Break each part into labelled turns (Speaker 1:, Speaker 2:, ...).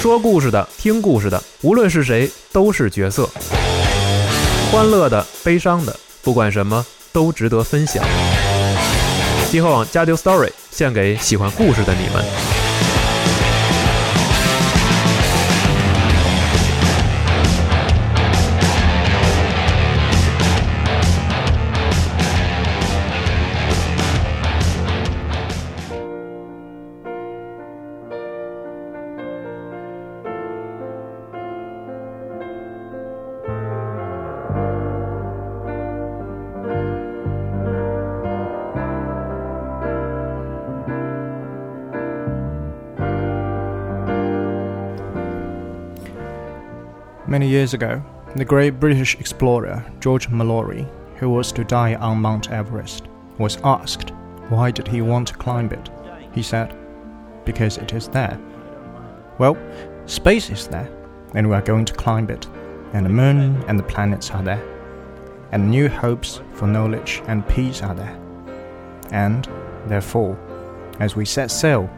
Speaker 1: 说故事的、听故事的，无论是谁，都是角色。欢乐的、悲伤的，不管什么都值得分享。极客网加丢 Story 献给喜欢故事的你们。
Speaker 2: Many years ago, the great British explorer George Mallory, who was to die on Mount Everest, was asked why did he want to climb it. He said, "Because it is there." Well, space is there, and we are going to climb it, and the moon and the planets are there, and new hopes for knowledge and peace are there. And, therefore, as we set sail,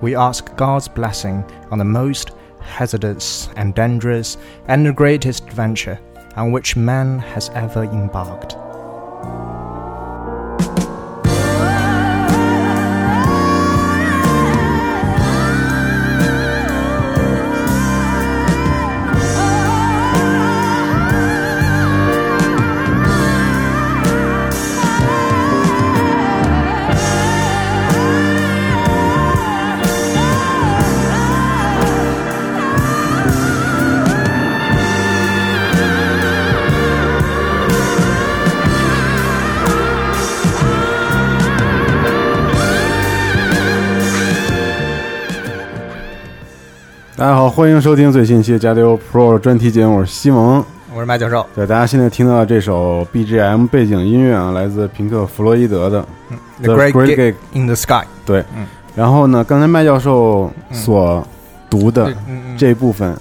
Speaker 2: we ask God's blessing on the most hazardous and dangerous and the greatest adventure on which man has ever embarked.
Speaker 3: 大家好，欢迎收听最新一期《加丢 Pro》专题节目，我是西蒙。
Speaker 2: 我是麦教授。
Speaker 3: 对，大家现在听到这首 BGM 背景音乐啊，来自平克·弗洛伊德的《
Speaker 2: The Great Gig
Speaker 3: Great Gig
Speaker 2: in the Sky。》。
Speaker 3: 对，
Speaker 2: 嗯
Speaker 3: 然后呢，刚才麦教授所读的
Speaker 2: 嗯嗯，
Speaker 3: 这部分，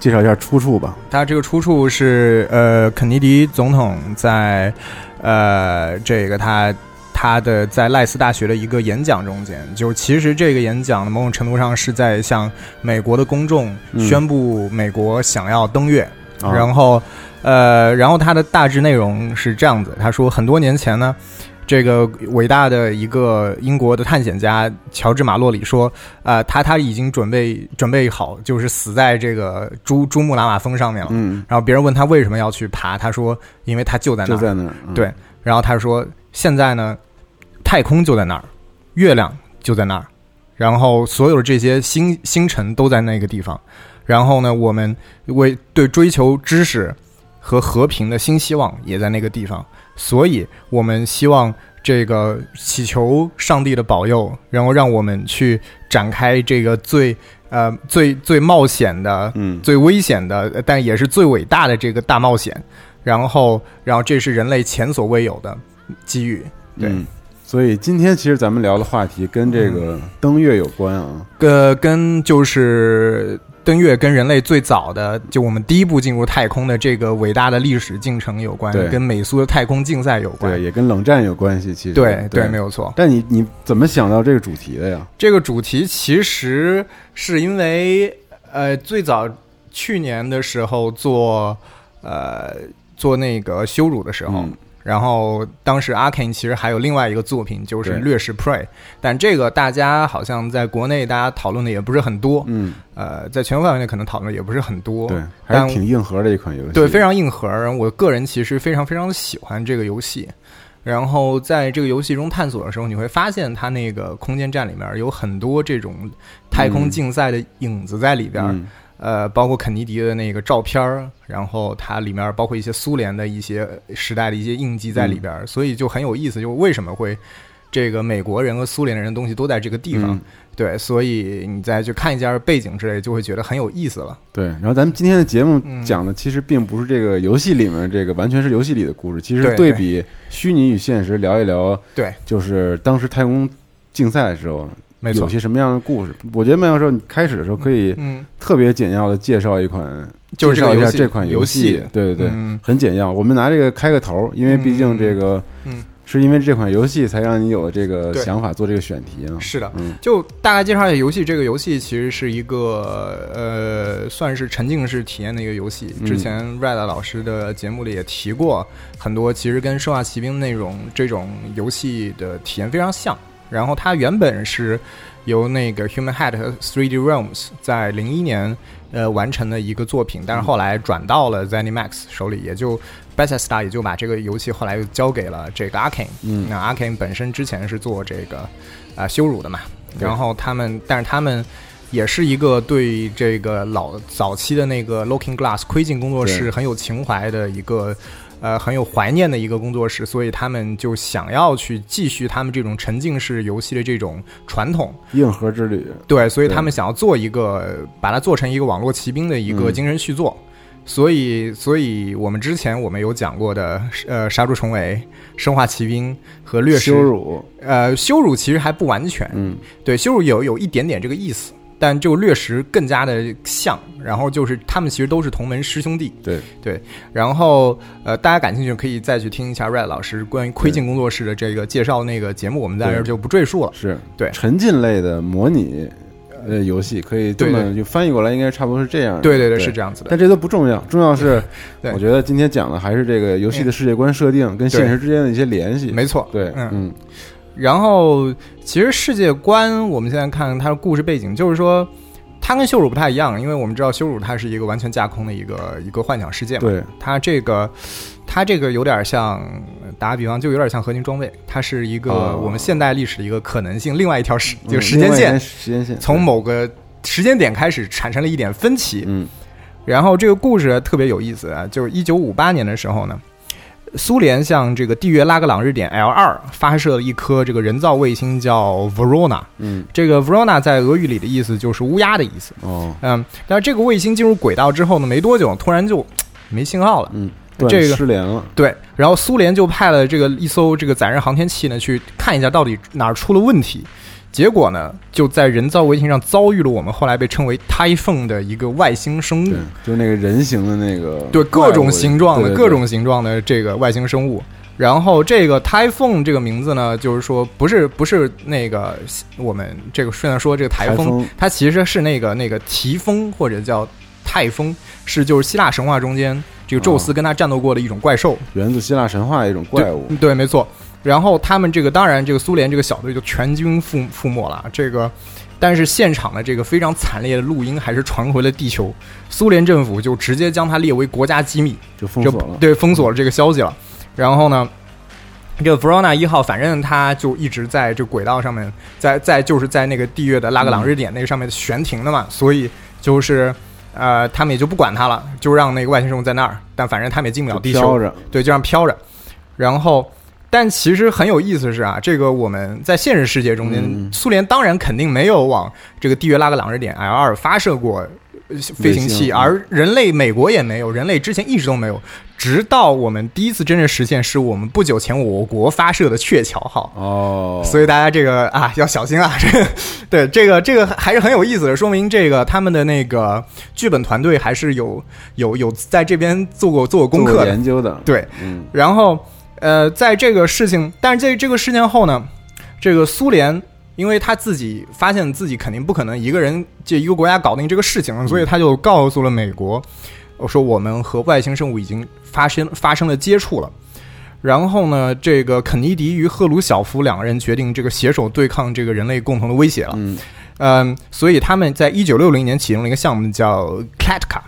Speaker 3: 介绍一下出处吧。
Speaker 2: 它这个出处是呃，肯尼迪总统在呃这个他。他的在赖斯大学的一个演讲中间，就其实这个演讲的某种程度上是在向美国的公众
Speaker 3: 嗯
Speaker 2: 宣布美国想要登月，
Speaker 3: 啊
Speaker 2: 然后，呃，然后它的大致内容是这样子，他说很多年前呢，这个伟大的一个英国的探险家乔治马洛里说，啊、他他已经准备准备好，就是死在这个珠珠穆朗玛峰上面了。
Speaker 3: 嗯，
Speaker 2: 然后别人问他为什么要去爬，他说因为他就在那
Speaker 3: 就
Speaker 2: 儿。
Speaker 3: 在那儿。嗯
Speaker 2: 对然后他说现在呢，太空就在那儿，月亮就在那儿，然后所有的这些星星辰都在那个地方。然后呢，我们为对追求知识和和平的新希望也在那个地方，所以我们希望这个祈求上帝的保佑，然后让我们去展开这个最呃最最冒险的
Speaker 3: 嗯，
Speaker 2: 最危险的，但也是最伟大的这个大冒险。然后，然后这是人类前所未有的机遇。对
Speaker 3: 嗯所以今天其实咱们聊的话题跟这
Speaker 2: 嗯
Speaker 3: 个登月有关啊。
Speaker 2: 呃，跟就是登月跟人类最早的就我们第一步进入太空的这个伟大的历史进程有关
Speaker 3: 对，
Speaker 2: 跟美苏的太空竞赛有关
Speaker 3: 对，。也跟冷战有关系。其实
Speaker 2: 对
Speaker 3: 对，
Speaker 2: 没
Speaker 3: 有。
Speaker 2: 有错。
Speaker 3: 但你你怎么想到这个主题的呀？
Speaker 2: 这个主题其实是因为呃，最早去年的时候做呃做那个羞辱的时候，
Speaker 3: 嗯
Speaker 2: 然后当时阿 Ken 其实还有另外一个作品就是
Speaker 3: 对
Speaker 2: 《掠食 Prey》，但这个大家好像在国内大家讨论的也不是很多，
Speaker 3: 嗯，
Speaker 2: 呃，在全国范围内可能讨论也不是很多，
Speaker 3: 对，还
Speaker 2: 但
Speaker 3: 是挺硬核的一款游戏。
Speaker 2: 对，非常硬核。然后我个人其实非常非常喜欢这个游戏。然后在这个游戏中探索的时候，你会发现它那个空间站里面有很多这种太空竞赛的影子在里边儿，
Speaker 3: 嗯
Speaker 2: 呃，包括肯尼迪的那个照片儿，然后它里面包括一些苏联的一些呃时代的一些印记
Speaker 3: 嗯
Speaker 2: 在里边儿，所以就很有意思。就是为什么会这个美国人和苏联人的东西都在这个地方？
Speaker 3: 嗯
Speaker 2: 对，所以你再去看一下背景之类，就会觉得很有意思了。
Speaker 3: 对，然后咱们今天的节目
Speaker 2: 嗯
Speaker 3: 讲的其实并不是这个游戏里面这个，完全是游戏里的故事。其实
Speaker 2: 对对
Speaker 3: 对比虚拟与现实，聊一聊
Speaker 2: 对，
Speaker 3: 就是当时太空竞赛的时候
Speaker 2: 没
Speaker 3: 有
Speaker 2: 错，
Speaker 3: 些什么样的故事。我觉得麦教授，你开始的时候可以
Speaker 2: 嗯，
Speaker 3: 特别简要的介绍一款，
Speaker 2: 就是
Speaker 3: 介
Speaker 2: 这
Speaker 3: 绍
Speaker 2: 个
Speaker 3: 一下
Speaker 2: 游戏
Speaker 3: 这款游
Speaker 2: 游戏
Speaker 3: 对对对，
Speaker 2: 嗯
Speaker 3: 很简要。我们拿这个开个头，因为毕竟这个
Speaker 2: 嗯嗯
Speaker 3: 是因为这款游戏才让你有了这个
Speaker 2: 对
Speaker 3: 想法做这个选题呢？
Speaker 2: 是的，
Speaker 3: 嗯
Speaker 2: 就大概介绍一下游戏。这个游戏其实是一个呃，算是沉浸式体验的一个游戏。
Speaker 3: 嗯
Speaker 2: 之前 Red 老师的节目里也提过很多，其实跟《生化奇兵》内容这种游戏的体验非常像。然后它原本是由那个 Human Head 和 3D Realms 在零一年呃完成的一个作品，但是后来转到了 ZeniMax 手里，也就 Bethesda 也就把这个游戏后来又交给了这个 Arkane。
Speaker 3: 嗯
Speaker 2: 那 Arkane 本身之前是做这个啊、羞辱的嘛，
Speaker 3: 对
Speaker 2: 然后他们，但是他们也是一个对这个老早期的那个 Looking Glass 窥镜工作室
Speaker 3: 对
Speaker 2: 很有情怀的一个。呃，很有怀念的一个工作室，所以他们就想要去继续他们这种沉浸式游戏的这种传统，
Speaker 3: 硬核之旅，啊
Speaker 2: 对，所以
Speaker 3: 对
Speaker 2: 他们想要做一个，把它做成一个网络骑兵的一个
Speaker 3: 嗯
Speaker 2: 精神续作。所以，所以我们之前我们有讲过的，呃，杀猪重围、生化骑兵和掠食
Speaker 3: 羞，辱，
Speaker 2: 呃，羞辱其实还不完全，
Speaker 3: 嗯，
Speaker 2: 对，羞辱有有一点点这个意思，但就掠食更加的像。然后就是他们其实都是同门师兄弟，
Speaker 3: 对
Speaker 2: 对。然后呃，大家感兴趣可以再去听一下 Red 老师关于窥镜工作室的这个介绍那个节目，我们在这儿
Speaker 3: 对
Speaker 2: 就不赘述了。
Speaker 3: 是
Speaker 2: 对
Speaker 3: 沉浸类的模拟呃游戏，可以这
Speaker 2: 对
Speaker 3: 么就翻译过来，应该差不多是这样的。
Speaker 2: 对对
Speaker 3: 对，
Speaker 2: 对，是这样子的。
Speaker 3: 但这都不重要，重要是
Speaker 2: 对
Speaker 3: 我觉得今天讲的还是这个游戏的世界观设定跟现实之间的一些联系。
Speaker 2: 没错，
Speaker 3: 对，
Speaker 2: 嗯。
Speaker 3: 嗯
Speaker 2: 然后其实世界观，我们现在看它的故事背景，就是说它跟羞辱不太一样，因为我们知道羞辱它是一个完全架空的一个一个幻想世界嘛。
Speaker 3: 对，
Speaker 2: 它这个，它这个有点像，打个比方，就有点像合金装备，它是一个
Speaker 3: 哦
Speaker 2: 我们现代历史的一个可能性，另外一条时
Speaker 3: 嗯
Speaker 2: 就时间
Speaker 3: 另外一
Speaker 2: 线
Speaker 3: 条，时间线
Speaker 2: 从某个时间点开始产生了一点分歧，
Speaker 3: 嗯
Speaker 2: 然后这个故事特别有意思啊，就是一九五八年的时候呢，苏联向这个地月拉格朗日点 L 二发射了一颗这个人造卫星，叫 Verona。
Speaker 3: 嗯
Speaker 2: 这个 Verona 在俄语里的意思就是乌鸦的意思。
Speaker 3: 哦
Speaker 2: 嗯，但是这个卫星进入轨道之后呢，没多久突然就嘖没信号了。
Speaker 3: 嗯，断
Speaker 2: 这个
Speaker 3: 失联了，
Speaker 2: 对，然后苏联就派了这个一艘这个载人航天器呢，去看一下到底哪儿出了问题。结果呢，就在人造卫星上遭遇了我们后来被称为 Typhoon 的一个外星生物
Speaker 3: 对。，就是那个人形的那个
Speaker 2: 对各
Speaker 3: 怪
Speaker 2: 种
Speaker 3: 物
Speaker 2: 形状的
Speaker 3: 对对
Speaker 2: 各种形状的这个外星生物。然后这个 Typhoon 这个名字呢，就是说不是不是那个我们这个顺便说这个台
Speaker 3: 台
Speaker 2: 风，
Speaker 3: 风
Speaker 2: 它其实是那个那个提风或者叫泰风，是就是希腊神话中间这个宙
Speaker 3: 哦
Speaker 2: 斯跟他战斗过的一种怪兽。
Speaker 3: 源自希腊神话的一种怪物，
Speaker 2: 对，嗯没错。然后他们这个当然这个苏联这个小队就全军覆覆没了，这个。但是现场的这个非常惨烈的录音还是传回了地球，苏联政府就直接将它列为国家机密，
Speaker 3: 就封
Speaker 2: 就
Speaker 3: 锁了。
Speaker 2: 对，封锁了这个消息了。然后呢，这个 Verona 一号，反正它就一直在这轨道上面，在在就是在那个地月的拉格朗日点那个上面悬停的
Speaker 3: 嗯
Speaker 2: 嘛，所以就是呃，他们也就不管它了，就让那个外星生物在那儿，但反正他们也进不了
Speaker 3: 就
Speaker 2: 地
Speaker 3: 飘
Speaker 2: 球，
Speaker 3: 着，
Speaker 2: 对，就这样飘着。然后，但其实很有意思是啊，这个我们在现实世界中间，
Speaker 3: 嗯
Speaker 2: 苏联当然肯定没有往这个地月拉格朗日点 L 二发射过呃飞行
Speaker 3: 卫
Speaker 2: 器，
Speaker 3: 星嗯
Speaker 2: 而人类美国也没有，人类之前一直都没有，直到我们第一次真正实现，是我们不久前我国发射的鹊桥号。
Speaker 3: 哦，
Speaker 2: 所以大家这个啊要小心啊，这个 对这个这个还是很有意思的，说明这个他们的那个剧本团队还是有有有在这边做过做过功
Speaker 3: 做
Speaker 2: 课
Speaker 3: 过
Speaker 2: 的，
Speaker 3: 研究的，
Speaker 2: 对，
Speaker 3: 嗯，
Speaker 2: 然后呃，在这个事情，但是在这个事件后呢，这个苏联。因为他自己发现自己肯定不可能一个人这一个国家搞定这个事情，所以他就告诉了美国，我说我们和外星生物已经发生发生了接触了。然后呢，这个肯尼迪与赫鲁晓夫两个人决定这个携手对抗这个人类共同的威胁了。
Speaker 3: 嗯，
Speaker 2: 嗯，所以他们在一九六零年启用了一个项目叫 Klatka，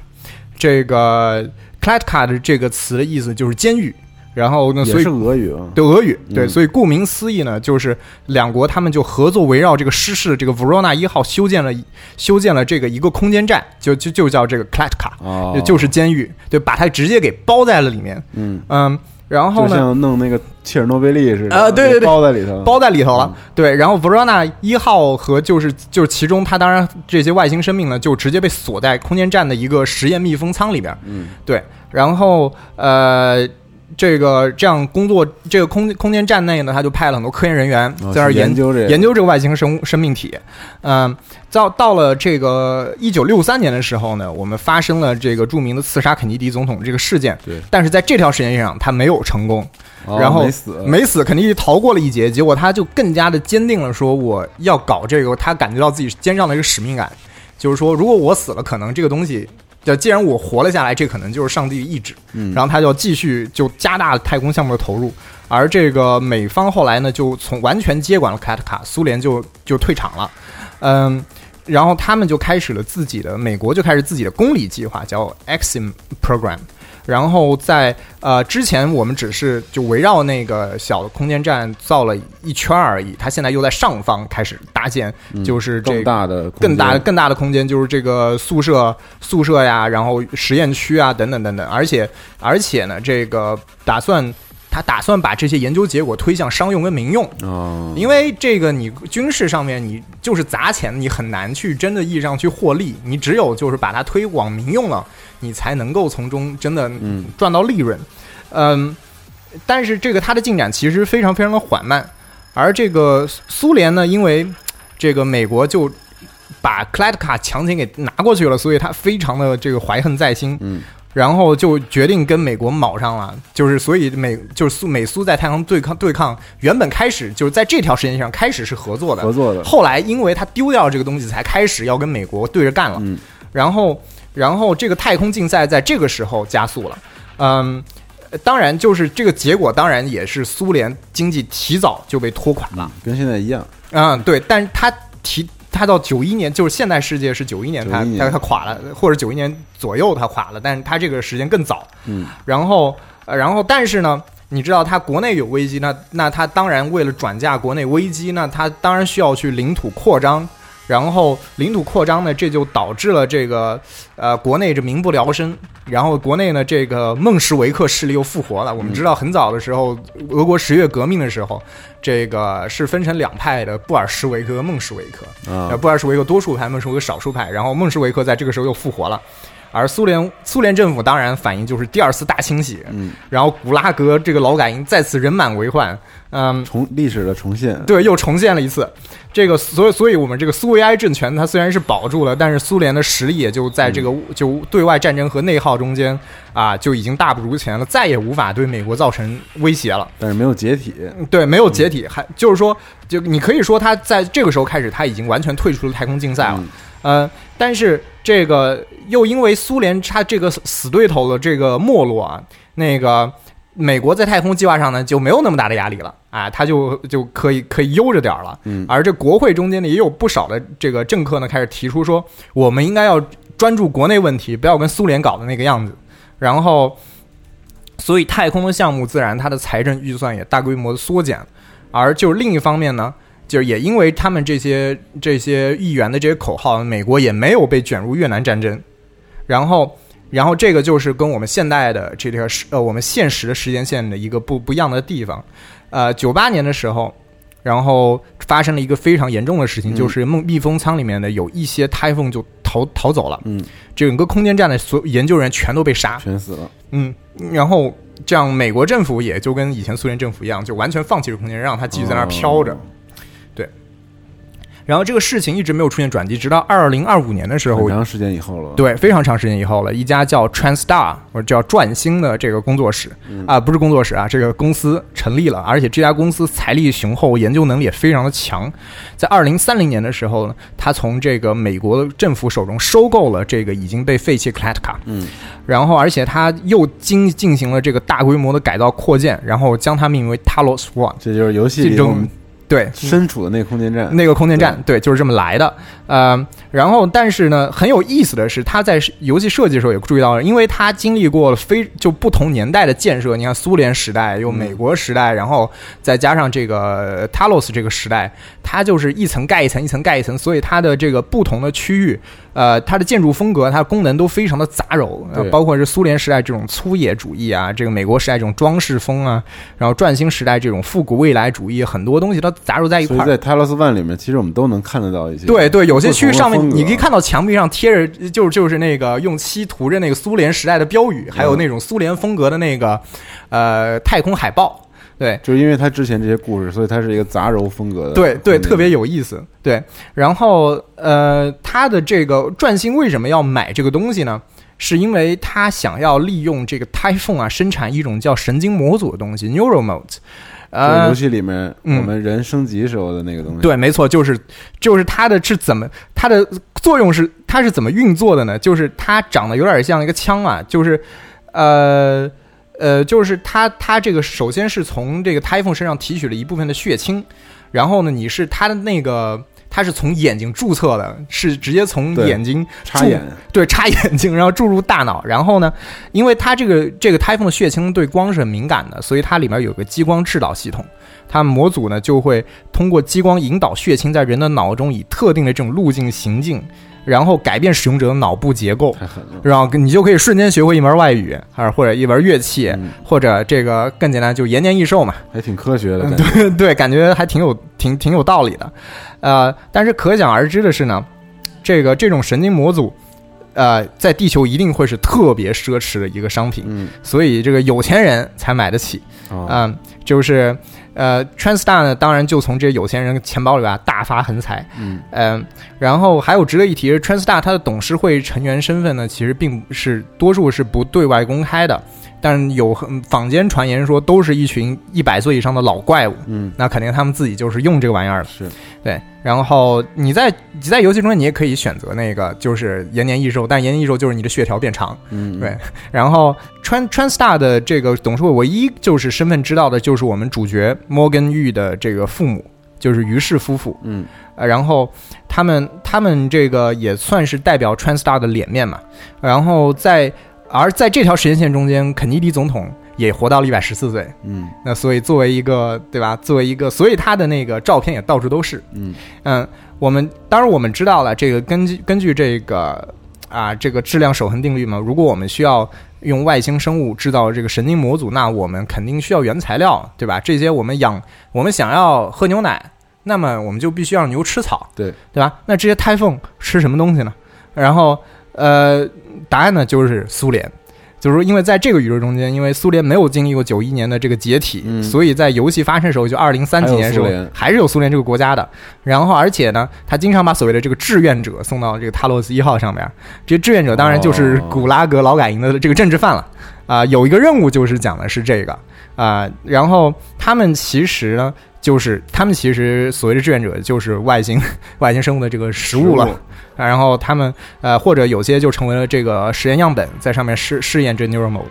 Speaker 2: 这个 Klatka 的这个词的意思就是监狱，然后呢，呃所
Speaker 3: 也
Speaker 2: 以
Speaker 3: 是俄语啊，
Speaker 2: 对俄语，对，
Speaker 3: 嗯
Speaker 2: 所以顾名思义呢，就是两国他们就合作围绕这个失事的这个 Verona 一号修建了修建了这个一个空间站，就就就叫这个 Klatka，、
Speaker 3: 哦，
Speaker 2: 就是监狱，对，把它直接给包在了里面，
Speaker 3: 嗯，
Speaker 2: 嗯，然后
Speaker 3: 就
Speaker 2: 呢，
Speaker 3: 像弄那个切尔诺贝利似的
Speaker 2: 啊对对对
Speaker 3: 包在里头，
Speaker 2: 包在里头了。
Speaker 3: 嗯
Speaker 2: 对，然后 Verona 一号和就是就是其中，它当然这些外星生命呢，就直接被锁在空间站的一个实验密封舱里边。
Speaker 3: 嗯，
Speaker 2: 对，然后呃。这个这样工作，这个空空间站内呢，他就派了很多科研人员
Speaker 3: 哦
Speaker 2: 在那儿
Speaker 3: 去
Speaker 2: 研
Speaker 3: 研究这个
Speaker 2: 研究这个外星生物生命体。嗯，到到了这个一九六三年的时候呢，我们发生了这个著名的刺杀肯尼迪总统这个事件。
Speaker 3: 对
Speaker 2: 但是在这条时间线上，他没有成功。
Speaker 3: 哦
Speaker 2: 然后
Speaker 3: 没死，
Speaker 2: 没死，肯定逃过了一劫。结果他就更加的坚定了，说我要搞这个，他感觉到自己肩上的一个使命感，就是说，如果我死了，可能这个东西，就既然我活了下来，这可能就是上帝的意志。
Speaker 3: 嗯，
Speaker 2: 然后他就继续就加大太空项目的投入，而这个美方后来呢，就从完全接管了卡塔卡，苏联就就退场了，嗯。然后他们就开始了自己的，美国就开始自己的公里计划，叫 Exim Program。然后在呃之前，我们只是就围绕那个小的空间站造了一圈儿而已。它现在又在上方开始搭建，
Speaker 3: 嗯
Speaker 2: 就是这
Speaker 3: 更
Speaker 2: 个
Speaker 3: 大的空间
Speaker 2: 更大更大的空间，就是这个宿舍、宿舍呀，然后实验区啊，等等等等。而且而且呢，这个打算他打算把这些研究结果推向商用跟民用，
Speaker 3: 哦，
Speaker 2: 因为这个你军事上面你就是砸钱，你很难去真的意义上去获利，你只有就是把它推广民用了，你才能够从中真的
Speaker 3: 嗯
Speaker 2: 赚到利润。嗯，但是这个它的进展其实非常非常的缓慢，而这个苏苏联呢，因为这个美国就把克莱特卡强行给拿过去了，所以他非常的这个怀恨在心，
Speaker 3: 嗯
Speaker 2: 然后就决定跟美国卯上了，就是所以美就是苏美苏在太空对抗对抗，原本开始就是在这条时间线上开始是合作的，
Speaker 3: 合作的，
Speaker 2: 后来因为他丢掉了这个东西，才开始要跟美国对着干了。
Speaker 3: 嗯
Speaker 2: 然后，然后这个太空竞赛在这个时候加速了。嗯，呃当然就是这个结果，当然也是苏联经济提早就被拖垮了。
Speaker 3: 嗯跟现在一样，
Speaker 2: 嗯，对，但是他提。他到九一年，就是现代世界是九一年，他
Speaker 3: 91年
Speaker 2: 他他垮了，或者九一年左右他垮了，但是他这个时间更早，
Speaker 3: 嗯，
Speaker 2: 然后，呃然后但是呢，你知道他国内有危机，那那他当然为了转嫁国内危机，那他当然需要去领土扩张。然后领土扩张呢，这就导致了这个呃国内这民不聊生。然后国内呢，这个孟什维克势力又复活了。我们知道很早的时候，俄国十月革命的时候，这个是分成两派的，布尔什维克、孟什维克。呃，
Speaker 3: 啊，
Speaker 2: 布尔什维克多数派，孟什维克少数派，然后孟什维克在这个时候又复活了，而苏联苏联政府当然反应就是第二次大清洗，
Speaker 3: 嗯，
Speaker 2: 然后古拉格这个劳改营再次人满为患，嗯，
Speaker 3: 重历史的重现，
Speaker 2: 对，又重建了一次。这个，所以，所以我们这个苏维埃政权，它虽然是保住了，但是苏联的实力也就在这个就对外战争和内耗中间啊，就已经大不如前了，再也无法对美国造成威胁了。
Speaker 3: 但是没有解体，
Speaker 2: 对，没有解体，还就是说，就你可以说他在这个时候开始，他已经完全退出了太空竞赛了。
Speaker 3: 嗯
Speaker 2: 呃，但是这个又因为苏联它这个死对头的这个没落啊，那个美国在太空计划上呢就没有那么大的压力了啊，它就就可以可以悠着点儿了。
Speaker 3: 嗯
Speaker 2: 而这国会中间呢也有不少的这个政客呢开始提出说，我们应该要专注国内问题，不要跟苏联搞的那个样子。然后，所以太空的项目自然它的财政预算也大规模的缩减，而就另一方面呢，就是也因为他们这些这些议员的这些口号，美国也没有被卷入越南战争。然后，然后这个就是跟我们现代的这个时呃我们现实的时间线的一个不不一样的地方。呃，九八年的时候，然后发生了一个非常严重的事情，
Speaker 3: 嗯
Speaker 2: 就是梦密封舱里面的有一些胎缝就逃逃走了，
Speaker 3: 嗯，
Speaker 2: 整个空间站的所有研究人员全都被杀。
Speaker 3: 全死了，
Speaker 2: 嗯，然后这样美国政府也就跟以前苏联政府一样，就完全放弃了空间，让它继续在那儿飘着。
Speaker 3: 哦
Speaker 2: 然后这个事情一直没有出现转机，直到二零二五年的时候
Speaker 3: 很，长时间以后了，，
Speaker 2: 对，非常长时间以后了，一家叫 Transstar 或者叫转星的这个工作室
Speaker 3: 嗯
Speaker 2: 啊，不是工作室啊，这个公司成立了，而且这家公司财力雄厚，研究能力也非常的强。在二零三零年的时候呢，他从这个美国政府手中收购了这个已经被废弃克莱特卡，
Speaker 3: 嗯，
Speaker 2: 然后而且他又经进行了这个大规模的改造扩建，然后将它命名为 Talos One
Speaker 3: 这就是游戏
Speaker 2: 这
Speaker 3: 里我
Speaker 2: 种
Speaker 3: 们
Speaker 2: 对
Speaker 3: 身处的那个空间站，
Speaker 2: 那个空间站，对，就是这么来的。呃，然后但是呢，很有意思的是，他在游戏设计的时候也注意到了，因为他经历过了非就不同年代的建设，你看苏联时代，又美国时
Speaker 3: 嗯
Speaker 2: 代，然后再加上这个呃 Talos 这个时代，它就是一层盖一层，一层盖一层，所以它的这个不同的区域，呃，它的建筑风格、它的功能都非常的杂糅，呃
Speaker 3: 对
Speaker 2: 包括是苏联时代这种粗野主义啊，这个美国时代这种装饰风啊，然后转型时代这种复古未来主义，很多东西都杂糅在一
Speaker 3: 所
Speaker 2: 块
Speaker 3: 以
Speaker 2: 儿。
Speaker 3: 在 Talos One 里面，其实我们都能看得到一些，
Speaker 2: 对对，有些
Speaker 3: 不
Speaker 2: 区域
Speaker 3: 同的
Speaker 2: 上面
Speaker 3: 风格
Speaker 2: 你可以看到墙壁上贴着，就是就是那个用漆涂着那个苏联时代的标
Speaker 3: 嗯
Speaker 2: 语，还有那种苏联风格的那个呃太空海报。对
Speaker 3: 就是因为他之前这些故事，所以他是一个杂糅风格的，
Speaker 2: 对对，特别有意思。对，然后呃，他的这个转星为什么要买这个东西呢？是因为他想要利用这个 Typhoon 啊，生产一种叫神经模组的东西 Neuromode。
Speaker 3: 就是
Speaker 2: 呃
Speaker 3: 游，戏里面我
Speaker 2: 嗯
Speaker 3: 们人升级时候的那个东西。，
Speaker 2: 对，没错，就是就是它的是怎么它的作用是它是怎么运作的呢？就是它长得有点像一个枪啊，就是呃呃，就是它它这个首先是从这个 Typhon 身上提取了一部分的血清，然后呢，你是它的那个。它是从眼睛注册的，是直接从
Speaker 3: 对
Speaker 2: 眼睛
Speaker 3: 插
Speaker 2: 注
Speaker 3: 眼
Speaker 2: 对，插眼睛，然后注入大脑。然后呢，因为它这个这个 Typhon 的血清对光是很敏感的，所以它里面有个激光制导系统。它模组呢就会通过激光引导血清在人的脑中以特定的这种路径行进，然后改变使用者的脑部结构，
Speaker 3: 太狠了。
Speaker 2: 然后你就可以瞬间学会一门外语，啊，或者一门乐器，
Speaker 3: 嗯
Speaker 2: 或者这个更简单就延年益寿嘛。
Speaker 3: 还挺科学的感觉，
Speaker 2: 嗯对 对，感觉还挺有挺挺有道理的。呃，但是可想而知的是呢，这个这种神经模组，呃，在地球一定会是特别奢侈的一个商品，
Speaker 3: 嗯，
Speaker 2: 所以这个有钱人才买得起。
Speaker 3: 啊，
Speaker 2: 嗯，就是呃，Transstar 呢，当然就从这些有钱人钱包里边大发横财。
Speaker 3: 嗯，
Speaker 2: 嗯，然后还有值得一提是，Transstar 它的董事会成员身份呢，其实并不是多数是不对外公开的，但有很坊间传言说都是一群一百岁以上的老怪物。
Speaker 3: 嗯，
Speaker 2: 那肯定他们自己就是用这个玩意儿了，
Speaker 3: 是，
Speaker 2: 对。然后你在你在游戏中，你也可以选择那个就是延年益寿，但延年益寿就是你的血条变长。
Speaker 3: 嗯，
Speaker 2: 对然后川川 star 的这个董事会，唯一就是身份知道的就是我们主角摩根玉的这个父母，就是于氏夫妇。
Speaker 3: 嗯，
Speaker 2: 呃，然后他们他们这个也算是代表 Transstar 的脸面嘛。然后在而在这条时间线中间，肯尼迪总统也活到了一百十四岁。
Speaker 3: 嗯，
Speaker 2: 那所以作为一个对吧，作为一个，所以他的那个照片也到处都是。
Speaker 3: 嗯，
Speaker 2: 嗯，我们当然我们知道了这个根据根据这个啊这个质量守恒定律嘛，如果我们需要用外星生物制造这个神经模组，那我们肯定需要原材料，对吧？这些我们养我们想要喝牛奶，那么我们就必须让牛吃草，
Speaker 3: 对
Speaker 2: 对吧？那这些胎凤吃什么东西呢？然后呃，答案呢就是苏联。就是说，因为在这个宇宙中间，因为苏联没有经历过九一年的这个解体，
Speaker 3: 嗯
Speaker 2: 所以在游戏发生的时候，就二零三几年的时候
Speaker 3: 还有苏联，
Speaker 2: 还是有苏联这个国家的。然后，而且呢，他经常把所谓的这个志愿者送到这个塔洛斯一号上面。这些志愿者当然就是
Speaker 3: 哦
Speaker 2: 古拉格劳改营的这个政治犯了。啊、有一个任务就是讲的是这个啊、然后他们其实呢，就是他们其实所谓的志愿者就是外星 外星生物的这个食物了。啊然后他们呃，或者有些就成为了这个实验样本，在上面试试验这 neural mode。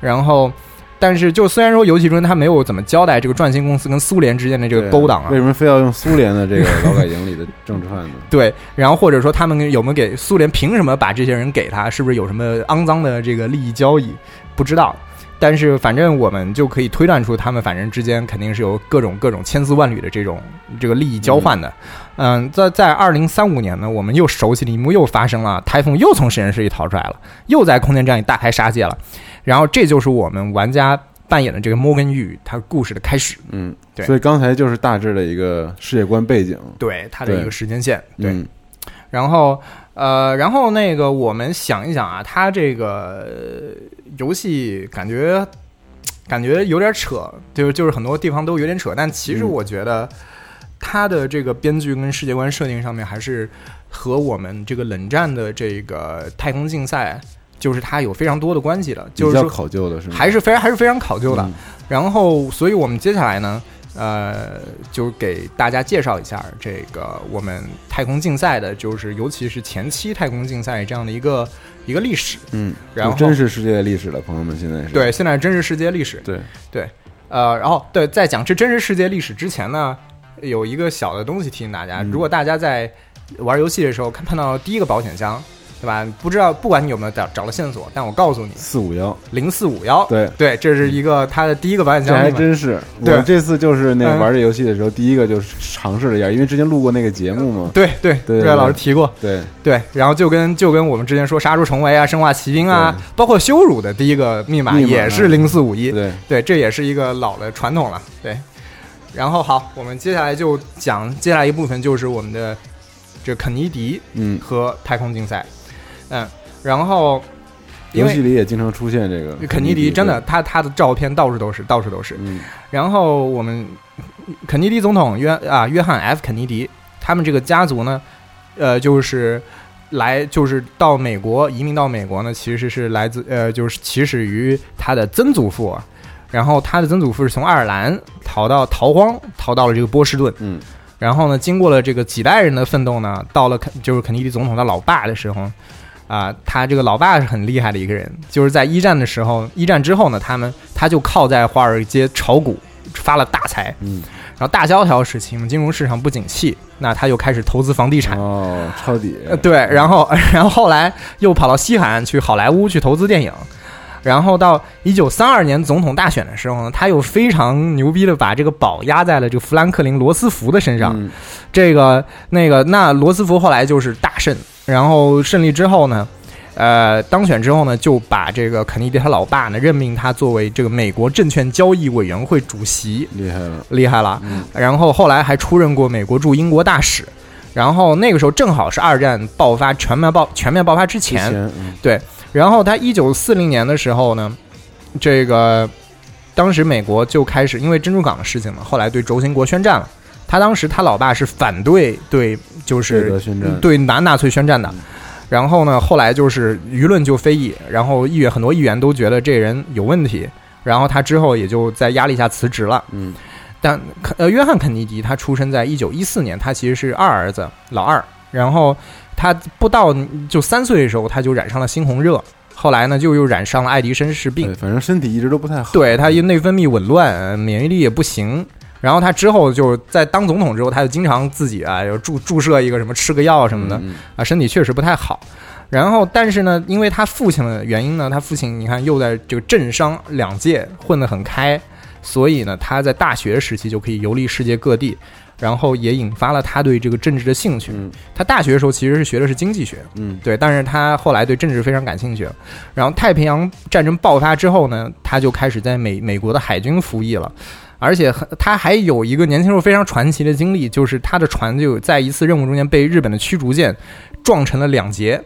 Speaker 2: 然后，但是就虽然说游戏中他没有怎么交代这个转型公司跟苏联之间的这个
Speaker 3: 对
Speaker 2: 勾当啊
Speaker 3: 为，什么非要用苏联的这 个劳改营里的政治犯呢？
Speaker 2: 对，然后或者说他们有没有给苏联凭什么把这些人给他？是不是有什么呃肮脏的这个利益交易？不知道。但是反正我们就可以推断出，他们反正之间肯定是有各种各种千丝万缕的这种这个利益交换的。嗯，在在二零三五年呢，我们又熟悉的一幕又发生了，台风又从实验室里逃出来了，又在空间站里大开杀戒了。然后这就是我们玩家扮演的这个摩根玉他故事的开始，
Speaker 3: 嗯，
Speaker 2: 对
Speaker 3: 所以刚才就是大致的一个世界观背景，
Speaker 2: 对他的一个
Speaker 3: 对
Speaker 2: 时间线，对。
Speaker 3: 嗯
Speaker 2: 然后呃，然后那个我们想一想啊，它这个呃游戏感觉感觉有点扯，就是就是很多地方都有点扯，但其实
Speaker 3: 嗯
Speaker 2: 我觉得它的这个编剧跟世界观设定上面还是和我们这个冷战的这个太空竞赛，就是它有非常多的关系的，就
Speaker 3: 比
Speaker 2: 是
Speaker 3: 较
Speaker 2: 说
Speaker 3: 考究的是吗？
Speaker 2: 还是非常还是非常考究的。
Speaker 3: 嗯
Speaker 2: 然后，所以我们接下来呢，呃，就给大家介绍一下这个我们太空竞赛的，就是尤其是前期太空竞赛这样的一个一个历史。
Speaker 3: 嗯，
Speaker 2: 然后
Speaker 3: 有真实世界的历史了，朋友们现在是，
Speaker 2: 对，现在真实世界历史。
Speaker 3: 对，
Speaker 2: 呃，然后对，在讲这真实世界历史之前呢，有一个小的东西提醒大家：
Speaker 3: 嗯
Speaker 2: 如果大家在玩游戏的时候看碰到第一个保险箱，对吧？不知道，不管你有没有找找了线索，但我告诉你，
Speaker 3: 四五幺，
Speaker 2: 零四五幺，
Speaker 3: 对
Speaker 2: 对，这是一个它的第一个保险
Speaker 3: 这
Speaker 2: 箱密码。
Speaker 3: 还真是。
Speaker 2: 对
Speaker 3: 我这次就是那
Speaker 2: 嗯
Speaker 3: 玩这游戏的时候，第一个就是尝试了一下，因为之前录过那个节目嘛，
Speaker 2: 对对
Speaker 3: 对对
Speaker 2: 对，老师提过。
Speaker 3: 对，
Speaker 2: 对，然后就跟就跟我们之前说杀出重围啊、生化奇兵啊，包括羞辱的第一个密码
Speaker 3: 密码
Speaker 2: 也是零四五一，
Speaker 3: 对，
Speaker 2: 对，这也是一个老的传统了。对，然后好，我们接下来就讲接下来一部分就是我们的这肯尼迪
Speaker 3: 嗯，
Speaker 2: 和太空竞赛，嗯，然后因
Speaker 3: 游戏
Speaker 2: 为
Speaker 3: 里也经常出现这个
Speaker 2: 肯尼迪真的，他他的照片到处都是，到处都是
Speaker 3: 对，。嗯，
Speaker 2: 然后我们肯尼迪总统约啊约翰 F 肯尼迪，他们这个家族呢，呃，就是来就是到美国移民到美国呢，其实是来自呃，就是起始于他的曾祖父，啊然后他的曾祖父是从爱尔兰逃到逃荒，逃到了这个波士顿，
Speaker 3: 嗯，
Speaker 2: 然后呢，经过了这个几代人的奋斗呢，到了肯就是肯尼迪总统他老爸的时候，啊、他这个老爸是很厉害的一个人，就是在一战的时候，一战之后呢，他们他就靠在华尔街炒股发了大财，
Speaker 3: 嗯，
Speaker 2: 然后大萧条时期嘛，金融市场不景气，那他又开始投资房地产。
Speaker 3: 哦，抄底，
Speaker 2: 呃，对，然后然后后来又跑到西海岸去好莱坞去投资电影，然后到一九三二年总统大选的时候呢，他又非常牛逼的把这个宝压在了这个富兰克林·罗斯福的身上，
Speaker 3: 嗯
Speaker 2: 这个那个那罗斯福后来就是大胜，然后胜利之后呢。呃，当选之后呢，就把这个肯尼迪他老爸呢任命他作为这个美国证券交易委员会主席，
Speaker 3: 厉害了，
Speaker 2: 厉害了。
Speaker 3: 嗯
Speaker 2: 然后后来还出任过美国驻英国大使。然后那个时候正好是二战爆发全面爆全面爆发之
Speaker 3: 之
Speaker 2: 前，
Speaker 3: 前嗯
Speaker 2: 然后他一九四零年的时候呢，这个当时美国就开始因为珍珠港的事情嘛，后来对轴心国宣战了。他当时他老爸是反对对就
Speaker 3: 瑞
Speaker 2: 是嗯
Speaker 3: 德宣战，
Speaker 2: 对拿纳粹宣战的
Speaker 3: 嗯。
Speaker 2: 然后呢，后来就是舆论就非议，然后议员很多议员都觉得这人有问题，然后他之后也就在压力下辞职了。
Speaker 3: 嗯
Speaker 2: 但肯呃，约翰肯尼迪他出生在一九一四年，他其实是二儿子，老二。然后他不到就三岁的时候，他就染上了猩红热，后来呢就又染上了爱迪生氏病
Speaker 3: 对，，反正身体一直都不太好，
Speaker 2: 对他因内分泌紊乱，呃免疫力也不行。然后他之后就在当总统之后，他就经常自己啊，有注注射一个什么吃个药什么的，
Speaker 3: 嗯，嗯
Speaker 2: 啊，身体确实不太好。然后，但是呢，因为他父亲的原因呢，他父亲你看又在这个政商两界混得很开，所以呢，他在大学时期就可以游历世界各地，然后也引发了他对这个政治的兴趣。
Speaker 3: 嗯
Speaker 2: 他大学的时候其实是学的是经济学，
Speaker 3: 嗯
Speaker 2: 对，但是他后来对政治非常感兴趣。然后太平洋战争爆发之后呢，他就开始在美美国的海军服役了。而且很他还有一个年轻时候非常传奇的经历，就是他的船就在一次任务中间被日本的驱逐舰撞成了两截，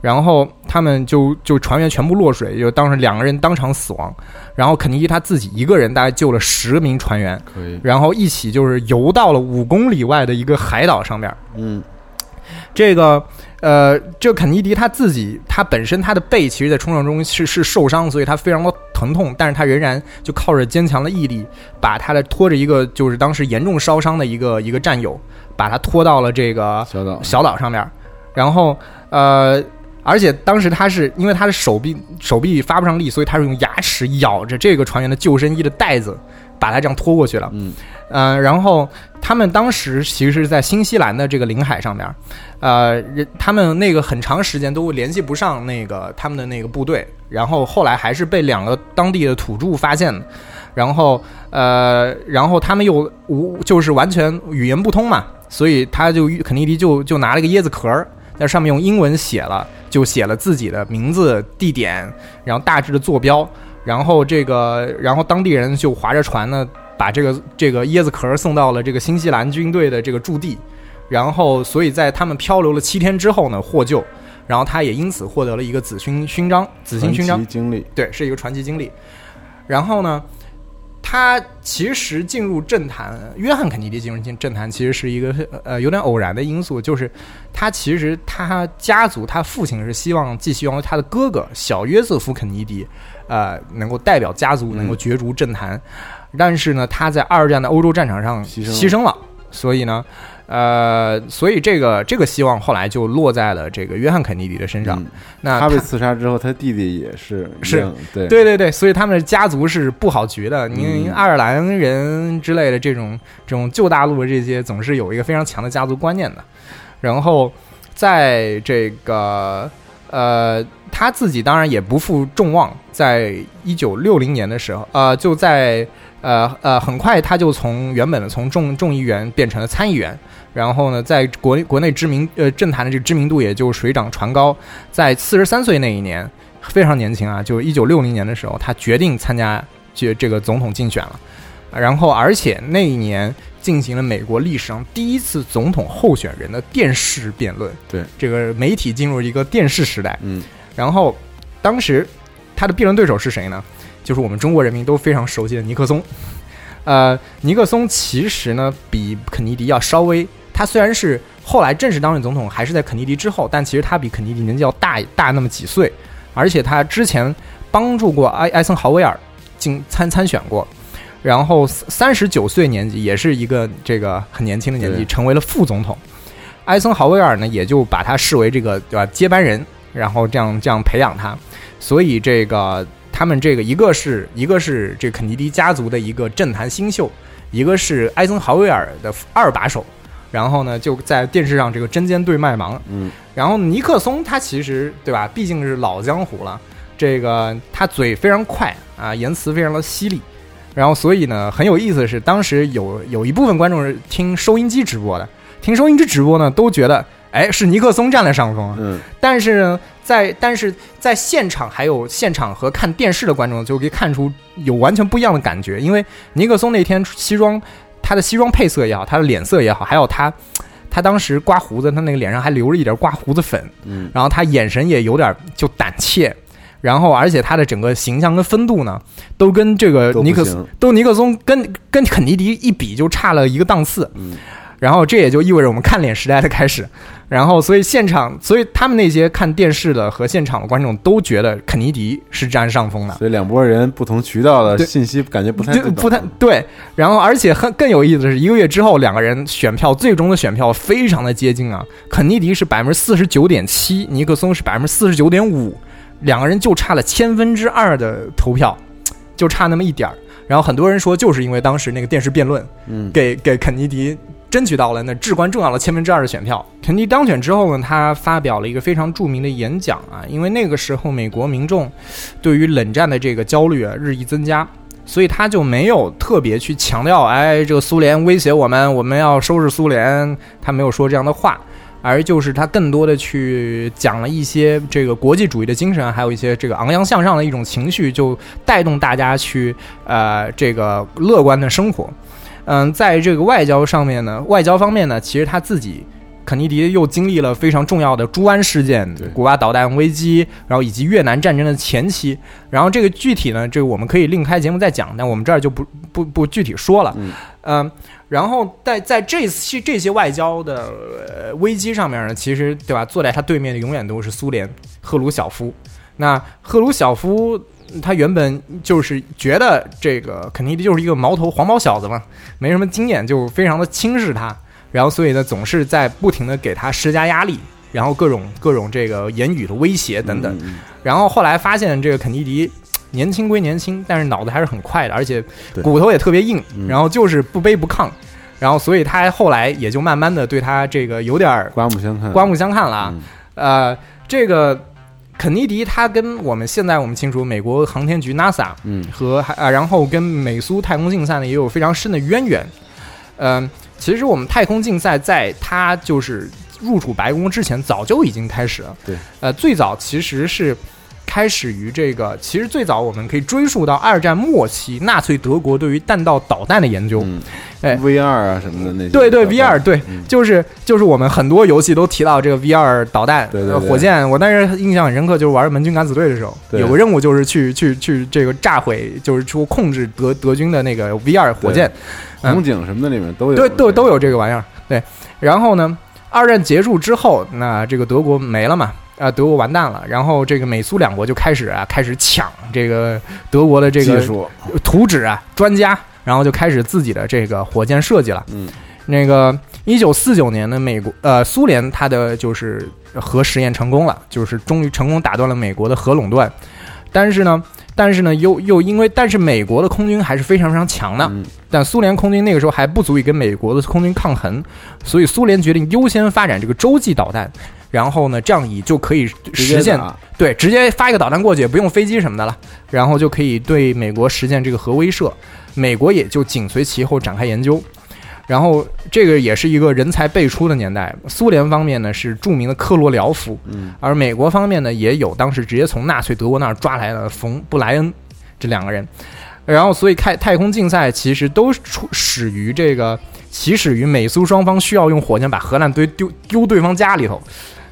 Speaker 2: 然后他们就就船员全部落水，就当时两个人当场死亡，然后肯尼迪他自己一个人大概救了十名船员，
Speaker 3: 可以，
Speaker 2: 然后一起就是游到了五公里外的一个海岛上面，
Speaker 3: 嗯
Speaker 2: 这个呃，这肯尼迪他自己他本身他的背其实，在冲撞中是是受伤，所以他非常的疼痛，但是他仍然就靠着坚强的毅力，把他的拖着一个就是当时严重烧伤的一个一个战友，把他拖到了这个
Speaker 3: 小岛
Speaker 2: 啊小岛上面儿，然后呃。而且当时他是因为他的手臂手臂发不上力，所以他是用牙齿咬着这个船员的救生衣的带子，把他这样拖过去了。
Speaker 3: 嗯
Speaker 2: 呃，然后他们当时其实是在新西兰的这个领海上面，呃，人他们那个很长时间都联系不上那个他们的那个部队，然后后来还是被两个当地的土著发现的，然后呃，然后他们又无就是完全语言不通嘛，所以他就肯尼迪就就拿了个椰子壳儿，在上面用英文写了，就写了自己的名字、地点，然后大致的坐标。然后这个，然后当地人就划着船呢，把这个这个椰子壳儿送到了这个新西兰军队的这个驻地，然后所以在他们漂流了七天之后呢获救，然后他也因此获得了一个紫勋勋章，紫星勋章
Speaker 3: 传奇经历，
Speaker 2: 对，是一个传奇经历。然后呢，他其实进入政坛，约翰肯尼迪进入进政坛其实是一个呃有点偶然的因素，就是他其实他家族他父亲是希望寄希望他的哥哥小约瑟夫肯尼迪，呃能够代表家族能够角逐政坛，但是呢他在二战的欧洲战场上
Speaker 3: 嗯牺牲了
Speaker 2: 牺牲了，所以呢。呃，所以这个这个希望后来就落在了这个约翰肯尼迪的身上。
Speaker 3: 嗯
Speaker 2: 啊那
Speaker 3: 他被刺杀之后，他弟弟也是一
Speaker 2: 是
Speaker 3: 样，对
Speaker 2: 对对对，所以他们的家族是不好局的。您
Speaker 3: 嗯
Speaker 2: 爱尔兰人之类的这种这种旧大陆的这些，总是有一个非常强的家族观念的。然后在这个呃，他自己当然也不负众望，在一九六零年的时候，呃，就在呃呃，很快他就从原本的从众众议员变成了参议员。然后呢，在国内国内知名呃政坛的这个知名度也就水涨船高，在四十三岁那一年，非常年轻啊，就一九六零年的时候，他决定参加这这个总统竞选了，然后而且那一年进行了美国历史上第一次总统候选人的电视辩论，
Speaker 3: 对
Speaker 2: 这个媒体进入一个电视时代，
Speaker 3: 嗯
Speaker 2: 然后当时他的辩论对手是谁呢？就是我们中国人民都非常熟悉的尼克松。呃，尼克松其实呢比肯尼迪要稍微，他虽然是后来正式当选总统，还是在肯尼迪之后，但其实他比肯尼迪年纪要大大那么几岁，而且他之前帮助过埃埃森豪威尔进参参选过，然后三十九岁年纪也是一个这个很年轻的年纪，
Speaker 3: 对
Speaker 2: 成为了副总统。埃森豪威尔呢，也就把他视为这个对吧接班人，然后这样这样培养他，所以这个他们这个一个是一个是这肯尼迪家族的一个政坛新秀，一个是埃森豪威尔的二把手，然后呢就在电视上这个针尖对麦芒，
Speaker 3: 嗯，
Speaker 2: 然后尼克松他其实对吧，毕竟是老江湖了，这个他嘴非常快啊，言辞非常的犀利，然后所以呢很有意思的是，当时有有一部分观众是听收音机直播的，听收音机直播呢都觉得哎是尼克松占了上风啊，
Speaker 3: 嗯，
Speaker 2: 但是呢在但是在现场还有现场和看电视的观众就可以看出有完全不一样的感觉，因为尼克松那天西装他的西装配色也好，他的脸色也好，还有他。他当时刮胡子，他那个脸上还留着一点刮胡子粉，
Speaker 3: 嗯，
Speaker 2: 然后他眼神也有点就胆怯，然后而且他的整个形象跟风度呢，都跟这个
Speaker 3: 都不
Speaker 2: 尼克
Speaker 3: 行
Speaker 2: 都尼克松跟跟肯尼迪一比就差了一个档次，
Speaker 3: 嗯，
Speaker 2: 然后这也就意味着我们看脸时代的开始，然后所以现场，所以他们那些看电视的和现场的观众都觉得肯尼迪是占上风的。
Speaker 3: 所以两拨人不同渠道的
Speaker 2: 啊对
Speaker 3: 信息感觉不太
Speaker 2: 就
Speaker 3: 对等
Speaker 2: 不太对，然后而且很更有意思的是，一个月之后，两个人选票最终的选票非常的接近啊，肯尼迪是百分之四十九点七，尼克松是百分之四十九点五，两个人就差了千分之二的投票，就差那么一点儿。然后很多人说，就是因为当时那个电视辩论，
Speaker 3: 嗯
Speaker 2: 给给肯尼迪争取到了那至关重要的千分之二的选票。肯尼迪当选之后呢，他发表了一个非常著名的演讲啊，因为那个时候美国民众对于冷战的这个焦虑啊日益增加。所以他就没有特别去强调，哎，这个苏联威胁我们，我们要收拾苏联，他没有说这样的话，而就是他更多的去讲了一些这个国际主义的精神，还有一些这个昂扬向上的一种情绪，就带动大家去呃这个乐观的生活。嗯，在这个外交上面呢，外交方面呢，其实他自己。肯尼迪又经历了非常重要的猪湾事件
Speaker 3: 对、
Speaker 2: 古巴导弹危机，然后以及越南战争的前期。然后这个具体呢，这个我们可以另开节目再讲，但我们这儿就不不不具体说了。
Speaker 3: 嗯
Speaker 2: 嗯，然后在在这些这些外交的呃危机上面呢，其实对吧？坐在他对面的永呃远都是苏联赫鲁晓夫。那赫鲁晓夫他原本就是觉得这个肯尼迪就是一个毛头黄毛小子嘛，没什么经验，就非常的轻视他，然后所以呢，总是在不停的给他施加压力，然后各种各种这个言语的威胁等等。，
Speaker 3: 嗯
Speaker 2: 然后后来发现这个肯尼迪年轻归年轻，但是脑子还是很快的，而且
Speaker 3: 对
Speaker 2: 骨头也特别硬，
Speaker 3: 嗯
Speaker 2: 然后就是不卑不亢，然后所以他后来也就慢慢的对他这个有点儿
Speaker 3: 刮目相看，
Speaker 2: 刮目相看了啊。
Speaker 3: 嗯
Speaker 2: 呃，这个肯尼迪他跟我们现在我们清楚美国航天局 NASA
Speaker 3: 嗯
Speaker 2: 和还啊，然后跟美苏太空竞赛呢也有非常深的渊源。嗯、其实我们太空竞赛在它就是入主白宫之前，早就已经开始了。
Speaker 3: 对，
Speaker 2: 呃，最早其实是开始于这个，其实最早我们可以追溯到二战末期，纳粹德国对于弹道导弹的研究。
Speaker 3: 嗯
Speaker 2: 哎
Speaker 3: ，V 二啊什么的那些，
Speaker 2: 对对，V 二对，
Speaker 3: 嗯
Speaker 2: 就是就是我们很多游戏都提到这个 V 二导弹、
Speaker 3: 对对
Speaker 2: 呃
Speaker 3: 对
Speaker 2: 火箭。我当时印象很深刻，就是玩盟军敢死队的时候，
Speaker 3: 对
Speaker 2: 有个任务就是去去去这个炸毁，就是说控制德德军的那个 V 二火箭，嗯
Speaker 3: 红警什么的里面都有，
Speaker 2: 对，都都有这个玩意儿。对，然后呢，二战结束之后，那这个德国没了嘛。啊，德国完蛋了，然后这个美苏两国就开始啊，开始抢这个德国的这个
Speaker 3: 技术，
Speaker 2: 图纸啊，专家，然后就开始自己的这个火箭设计了。
Speaker 3: 嗯，
Speaker 2: 那个一九四九年的美国，呃，苏联它的就是核实验成功了，就是终于成功打断了美国的核垄断。但是呢，但是呢，又又因为，但是美国的空军还是非常非常强的，
Speaker 3: 嗯
Speaker 2: 但苏联空军那个时候还不足以跟美国的空军抗衡，所以苏联决定优先发展这个洲际导弹，然后呢，这样以就可以
Speaker 3: 直接
Speaker 2: 实现
Speaker 3: 打
Speaker 2: 对，直接发一个导弹过去，也不用飞机什么的了，然后就可以对美国实现这个核威慑，美国也就紧随其后展开研究。然后这个也是一个人才辈出的年代，苏联方面呢是著名的科罗廖夫，
Speaker 3: 嗯
Speaker 2: 而美国方面呢也有当时直接从纳粹德国那儿抓来的冯布莱恩这两个人。然后，所以太太空竞赛其实都出始于这个，起始于美苏双方需要用火箭把核弹堆丢丢对方家里头，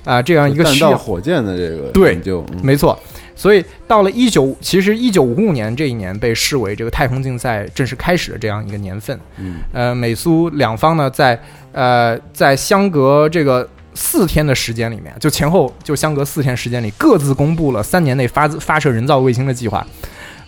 Speaker 2: 啊、这样一个
Speaker 3: 弹
Speaker 2: 需要
Speaker 3: 道火箭的这个
Speaker 2: 对
Speaker 3: 研究，嗯
Speaker 2: 没错。所以到了一九，其实一九五五年这一年被视为这个太空竞赛正式开始的这样一个年份。
Speaker 3: 嗯，
Speaker 2: 呃，美苏两方呢，在呃在相隔这个四天的时间里面，就前后就相隔四天时间里，各自公布了三年内发自发射人造卫星的计划。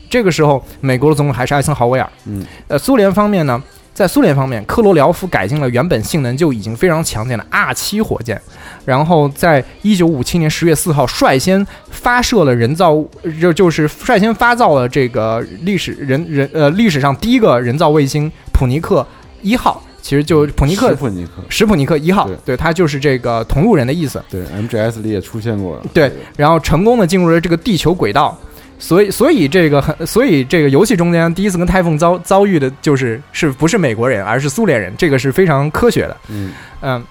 Speaker 2: 这个时候，美国的总统还是艾森豪威尔。
Speaker 3: 嗯，
Speaker 2: 呃，苏联方面呢，在苏联方面，科罗廖夫改进了原本性能就已经非常强健的 R 七火箭，然后在一九五七年十月四号率先发射了人造，就就是率先发造了这个历史人人呃历史上第一个人造卫星普尼克一号，其实就普尼克
Speaker 3: 普尼克，
Speaker 2: 史普尼克一号
Speaker 3: 对，
Speaker 2: 对，它就是这个同路人的意思。
Speaker 3: 对，MGS 里也出现过，
Speaker 2: 对，然后成功的进入了这个地球轨道。所以，所以这个很，所以这个游戏中间第一次跟泰凤遭遭遇的就是是不是美国人，而是苏联人，这个是非常科学的。
Speaker 3: 嗯，
Speaker 2: 嗯，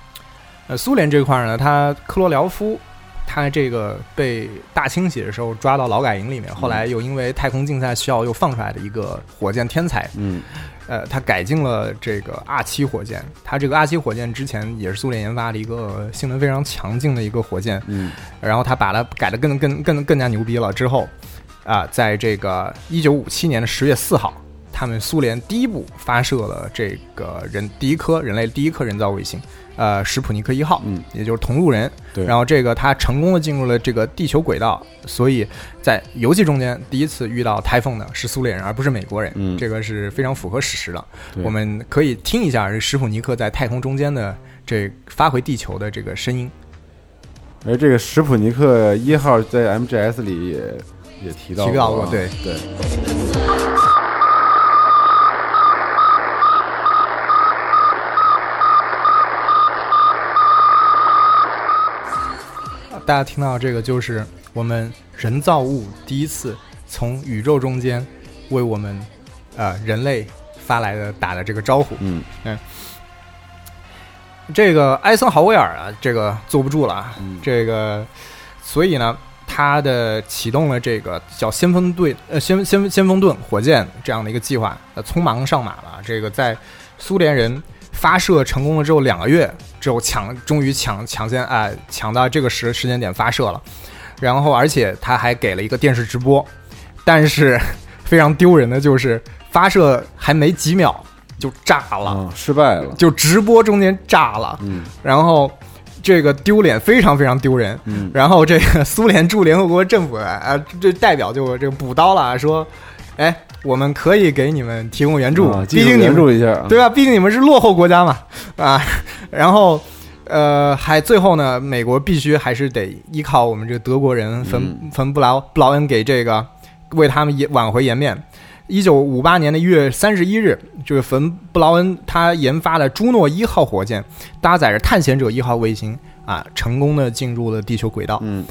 Speaker 2: 呃，苏联这块儿呢，他克罗廖夫，他这个被大清洗的时候抓到劳改营里面，后来又因为太空竞赛需要又放出来的一个火箭天才，
Speaker 3: 嗯
Speaker 2: 呃，他改进了这个 R 七火箭。他这个 R 七火箭之前也是苏联研发的一个呃性能非常强劲的一个火箭，
Speaker 3: 嗯
Speaker 2: 然后他把它改得更更更更加牛逼了之后，啊、在这个一九五七年的十月四号，他们苏联第一步发射了这个人第一颗人类第一颗人造卫星，呃，史普尼克一号，
Speaker 3: 嗯，
Speaker 2: 也就是同路人。
Speaker 3: 对
Speaker 2: 然后这个它成功的进入了这个地球轨道，所以在游戏中间第一次遇到台风的是苏联人，而不是美国人，
Speaker 3: 嗯
Speaker 2: 这个是非常符合史实的。
Speaker 3: 对
Speaker 2: 我们可以听一下史普尼克在太空中间的这发回地球的这个声音。
Speaker 3: 而这个史普尼克一号在 MGS 里也也提到
Speaker 2: 提到过
Speaker 3: 啊
Speaker 2: 对
Speaker 3: 对，
Speaker 2: 大家听到这个，就是我们人造物第一次从宇宙中间为我们呃人类发来的打的这个招呼。
Speaker 3: 嗯
Speaker 2: 这个埃森豪威尔啊，这个坐不住了啊，
Speaker 3: 嗯
Speaker 2: 这个所以呢，他的启动了这个叫先锋队呃先先先锋盾火箭这样的一个计划，呃，匆忙上马了。这个在苏联人发射成功了之后两个月之后抢，终于抢抢先啊、抢到这个时时间点发射了，然后而且他还给了一个电视直播，但是非常丢人的就是发射还没几秒就炸了，
Speaker 3: 啊，失败了，
Speaker 2: 就直播中间炸了。
Speaker 3: 嗯
Speaker 2: 然后这个丢脸非常非常丢人。
Speaker 3: 嗯
Speaker 2: 然后这个苏联驻联合国政府 啊，这代表就这个补刀了啊，说，哎，我们可以给你们提 供援助，
Speaker 3: 啊技
Speaker 2: 毕
Speaker 3: 术
Speaker 2: 竟你
Speaker 3: 援
Speaker 2: 们
Speaker 3: 助一下啊，
Speaker 2: 对吧？毕竟你们是落后国家嘛，啊，然后。呃，还最后呢，美国必须还是得依靠我们这个德国人冯
Speaker 3: 嗯
Speaker 2: 冯布劳布劳恩给这个为他们也挽回颜面。一九五八年的一月三十一日，这个冯布劳恩他研发的朱诺一号火箭，搭载着探险者一号卫星啊，成功的进入了地球轨道。
Speaker 3: 嗯，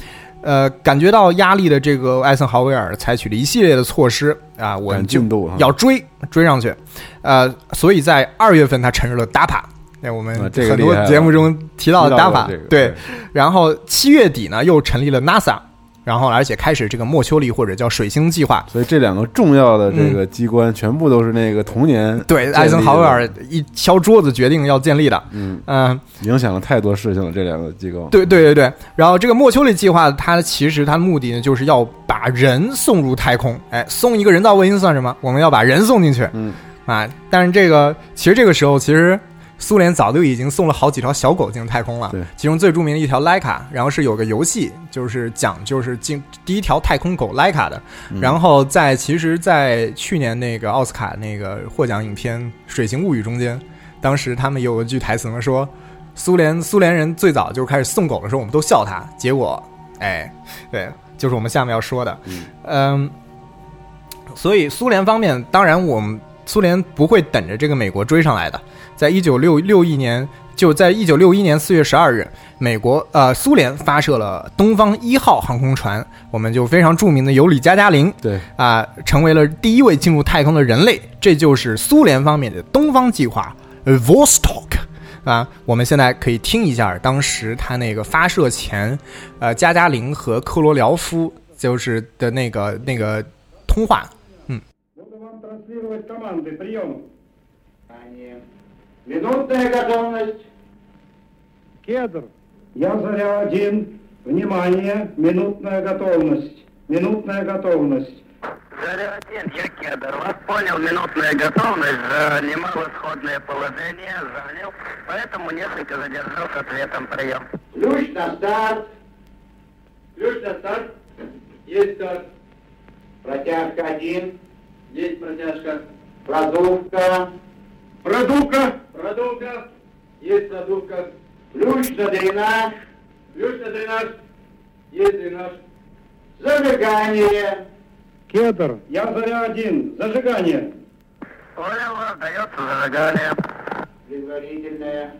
Speaker 2: 呃，感觉到压力的这个艾森豪威尔采取了一系列的措施啊，我
Speaker 3: 赶
Speaker 2: 就
Speaker 3: 进度啊，
Speaker 2: 要追追上去，呃，所以在二月份他承认了打靶。那我们
Speaker 3: 啊这个
Speaker 2: 很
Speaker 3: 厉
Speaker 2: 多
Speaker 3: 害了
Speaker 2: 节目中提到的打
Speaker 3: 法
Speaker 2: 靶，，对。
Speaker 3: 嗯
Speaker 2: 然后七月底呢，又成立了 NASA，然后而且开始这个莫丘利或者叫水星计划。
Speaker 3: 所以这两个重要的这个机关，全部都是那个同年，
Speaker 2: 嗯对，艾森豪威尔一敲桌子决定要建立的。
Speaker 3: 嗯，
Speaker 2: 嗯、
Speaker 3: 影响了太多事情了。这两个机构，
Speaker 2: 对对对对。然后这个莫丘利计划，它其实它目的呢，就是要把人送入太空。哎，送一个人造卫星算什么？我们要把人送进去。
Speaker 3: 嗯
Speaker 2: 啊，但是这个其实这个时候，其实苏联早就已经送了好几条小狗进入太空了。
Speaker 3: 对，
Speaker 2: 其中最著名的一条莱卡，然后是有个游戏，就是讲就是进第一条太空狗莱卡的。
Speaker 3: 嗯
Speaker 2: 然后在其实，在去年那个奥斯卡那个获奖影片《水形物语》中间，当时他们有一句台词嘛，说苏联苏联人最早就开始送狗的时候，我们都笑他，结果哎，对，就是我们下面要说的，
Speaker 3: 嗯
Speaker 2: 嗯，所以苏联方面，当然我们苏联不会等着这个美国追上来的，在一九六六一年，就在一九六一年四月十二日，美国呃苏联发射了东方一号航空船，我们就非常著名的尤里加加林
Speaker 3: 对，
Speaker 2: 啊、成为了第一位进入太空的人类，这就是苏联方面的东方计划呃 Vostok。啊，我们现在可以听一下当时他那个发射前，呃，加加林和科罗廖夫就是的那个那个通话。
Speaker 4: Буду вам транслировать команды приема. Минутная готовность. Кедр. Я заря один. Внимание. Минутная готовность. Минутная готовность.
Speaker 5: Заря один, я кедр. Вас понял, минутная готовность, занимал исходное положение, залил, поэтому несколько задержал с ответом прием.
Speaker 4: Ключ на старт. Ключ на старт. Есть старт. Протяжка один. Есть протяжка. Продувка. Продувка. Продувка. Есть продувка. Ключ на дренаж. Ключ на дренаж. Есть дренаж. Зажигание. Кедр. Я заря один. Зажигание.
Speaker 5: Понял вас, дается зажигание.
Speaker 4: Предварительное.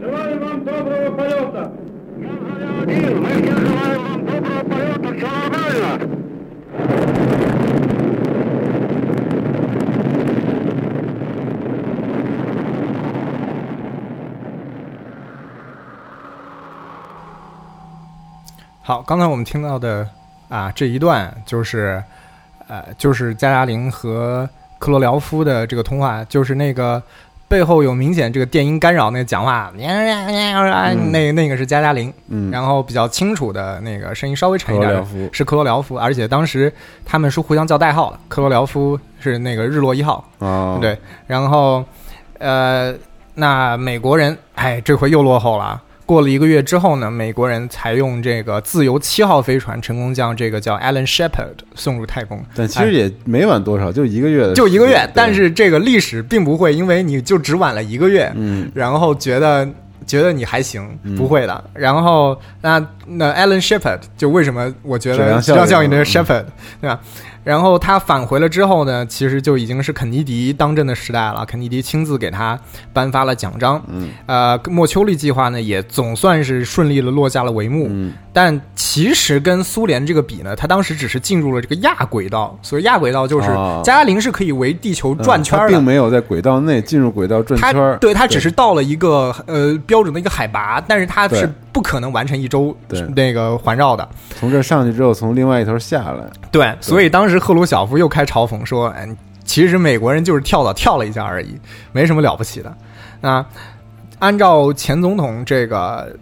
Speaker 4: Желаю вам доброго полета!
Speaker 5: Один, мы все желаем вам доброго полета, все нормально.
Speaker 2: 好，刚才我们听到的啊这一段就是，呃，就是加加林和克罗廖夫的这个通话，就是那个背后有明显这个电音干扰那个讲话，那那个是加加林，
Speaker 3: 嗯，
Speaker 2: 然后比较清楚的那个声音稍微沉一点
Speaker 3: 克
Speaker 2: 的
Speaker 3: 罗廖夫
Speaker 2: 是克罗廖夫，而且当时他们是互相叫代号的，克罗廖夫是那个日落一号，
Speaker 3: 啊，
Speaker 2: 对，然后，呃，那美国人，哎，这回又落后了。过了一个月之后呢，美国人才用这个自由七号飞船成功将这个叫 Alan Shepard 送入太空。
Speaker 3: 但其实也没晚多少，就一个月的时间，
Speaker 2: 就一个月
Speaker 3: 对，
Speaker 2: 但是这个历史并不会因为你就只晚了一个月，
Speaker 3: 嗯，
Speaker 2: 然后觉得觉得你还行，不会的。然后那那 Alan Shepard 就为什么我觉
Speaker 3: 质
Speaker 2: 得
Speaker 3: 量
Speaker 2: 质
Speaker 3: 效
Speaker 2: 量
Speaker 3: 应
Speaker 2: 效应的
Speaker 3: 嗯
Speaker 2: Shepard 对吧？然后他返回了之后呢，其实就已经是肯尼迪当政的时代了，肯尼迪亲自给他颁发了奖章。
Speaker 3: 嗯，
Speaker 2: 呃，莫丘利计划呢也总算是顺利的落下了帷幕。
Speaker 3: 嗯，
Speaker 2: 但其实跟苏联这个比呢，它当时只是进入了这个亚轨道，所以亚轨道就是
Speaker 3: 哦
Speaker 2: 加加林是可以围地球
Speaker 3: 嗯
Speaker 2: 转圈
Speaker 3: 它
Speaker 2: 儿的。
Speaker 3: 并没有在轨道内进入轨道转
Speaker 2: 它
Speaker 3: 圈儿，
Speaker 2: 对它只是到了一个呃标准的一个海拔，但是它
Speaker 3: 对
Speaker 2: 是不可能完成一周
Speaker 3: 对
Speaker 2: 那个环绕的。
Speaker 3: 从这儿上去之后，从另外一头下来，
Speaker 2: 对，所以当时赫鲁晓夫又开嘲讽说：“哎，其实美国人就是跳蚤跳了一下而已，没什么了不起的。”那按照前总统这个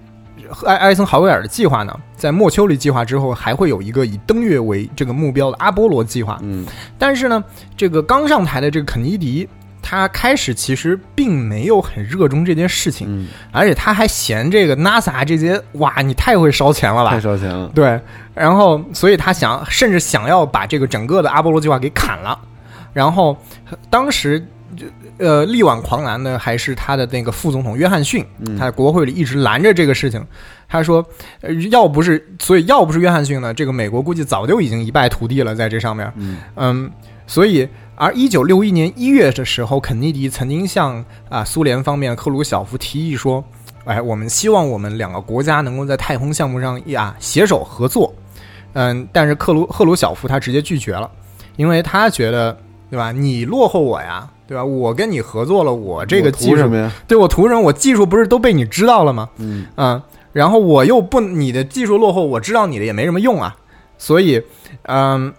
Speaker 2: 艾艾森豪威尔的计划呢，在莫丘里计划之后，还会有一个以登月为这个目标的阿波罗计划。
Speaker 3: 嗯，
Speaker 2: 但是呢，这个刚上台的这个肯尼迪，他开始其实并没有很热衷这件事情，
Speaker 3: 嗯
Speaker 2: 而且他还嫌这个 NASA 这些哇，你太会烧钱了吧
Speaker 3: 太？烧钱了，
Speaker 2: 对，然后所以他想，甚至想要把这个整个的阿波罗计划给砍了。然后当时，呃，力挽狂澜的还是他的那个副总统约翰逊，
Speaker 3: 嗯
Speaker 2: 他在国会里一直拦着这个事情。他说，呃要不是，所以要不是约翰逊呢，这个美国估计早就已经一败涂地了，在这上面。
Speaker 3: 嗯
Speaker 2: 嗯，所以，而一九六一年一月的时候，肯尼迪曾经向啊、苏联方面赫鲁晓夫提议说，哎，我们希望我们两个国家能够在太空项目上呀携手合作。嗯，但是克鲁赫鲁晓夫他直接拒绝了，因为他觉得，对吧？你落后我呀，对吧？我跟你合作了，我这个
Speaker 3: 我图
Speaker 2: 技
Speaker 3: 什
Speaker 2: 术
Speaker 3: 么呀？
Speaker 2: 对我图什么？我技术不是都被你知道了吗？
Speaker 3: 嗯
Speaker 2: 嗯，然后我又不，你的技术落后，我知道你的也没什么用啊。所以，嗯，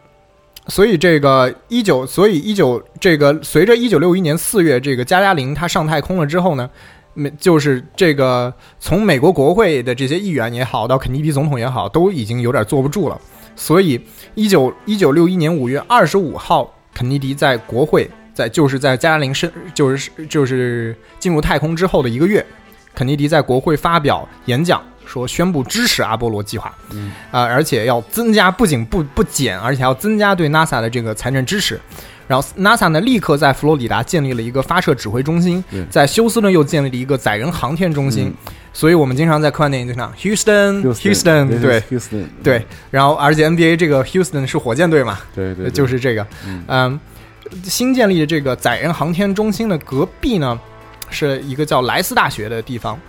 Speaker 2: 所以这个一九，所以一九，这个随着一九六一年四月，这个加加林他上太空了之后呢，美就是这个从美国国会的这些议员也好，到肯尼迪总统也好，都已经有点坐不住了。所以，一九一九六一年五月二十五号，肯尼迪在国会，在就是在加加林身，就是就是进入太空之后的一个月，肯尼迪在国会发表演讲，说宣布支持阿波罗计划，
Speaker 3: 嗯
Speaker 2: 啊、而且要增加，不仅不不减，而且还要增加对 NASA 的这个财政支持。然后 NASA 呢，立刻在佛罗里达建立了一个发射指挥中心
Speaker 3: 对，
Speaker 2: 在休斯顿又建立了一个载人航天中心。所以我们经常在科幻电影就上 Houston，Houston，对
Speaker 3: h o u s t o n
Speaker 2: 对。然后而且 NBA 这个 Houston 是火箭队嘛，
Speaker 3: 对对，
Speaker 2: 就是是这个，
Speaker 3: 嗯
Speaker 2: 嗯，新建立的这个载人航天中心的隔壁呢，是一个叫莱斯大学的地方。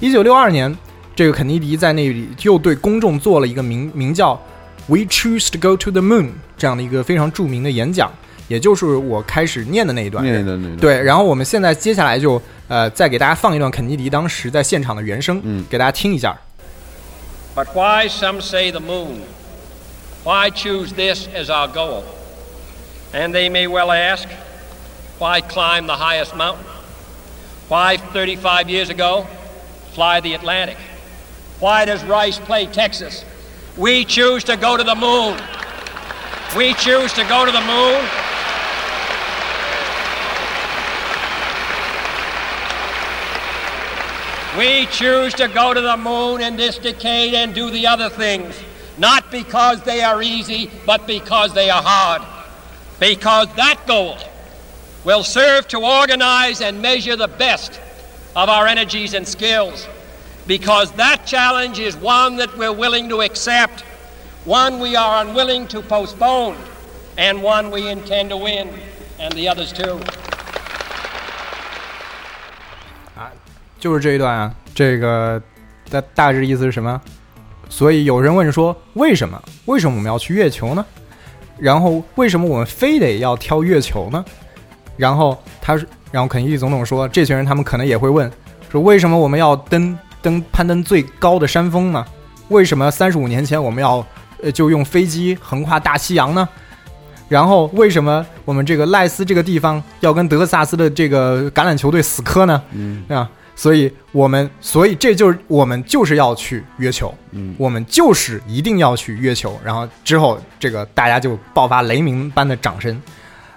Speaker 2: 一九六二年，这个肯尼迪在那里又对公众做了一个名名叫 “We Choose to Go to the Moon” 这样的一个非常著名的演讲，也就是我开始念的那一段。
Speaker 3: 念的那种，
Speaker 2: 对，然后我们现在接下来就呃再给大家放一段肯尼迪当时在现场的原声，
Speaker 3: 嗯
Speaker 2: 给大家听一下。
Speaker 6: But why, some say, the moon? Why choose this as our goal? And they may well ask, why climb the highest mountain? Why, 35 years ago, fly the Atlantic? Why does Rice play Texas? We choose to go to the moon. We choose to go to the moon. We choose to go to the moon in this decade and do the other things, not because they are easy, but because they are hard. Because that goal will serve to organize and measure the best of our energies and skills. Because that challenge is one that we're willing to accept, one we are unwilling to postpone, and one we intend to win, and the others too.
Speaker 2: 就是这一段啊，这个大大致意思是什么？所以有人问说，为什么？为什么我们要去月球呢？然后为什么我们非得要挑月球呢？然后他是，然后肯尼迪总统说，这群人他们可能也会问，说为什么我们要登登攀登最高的山峰呢？为什么三十五年前我们要呃就用飞机横跨大西洋呢？然后为什么我们这个赖斯这个地方要跟德克萨斯的这个橄榄球队死磕呢？
Speaker 3: 嗯
Speaker 2: 啊，所以我们，所以这就是我们就是要去月球，
Speaker 3: 嗯
Speaker 2: 我们就是一定要去月球。然后之后，这个大家就爆发雷鸣般的掌声。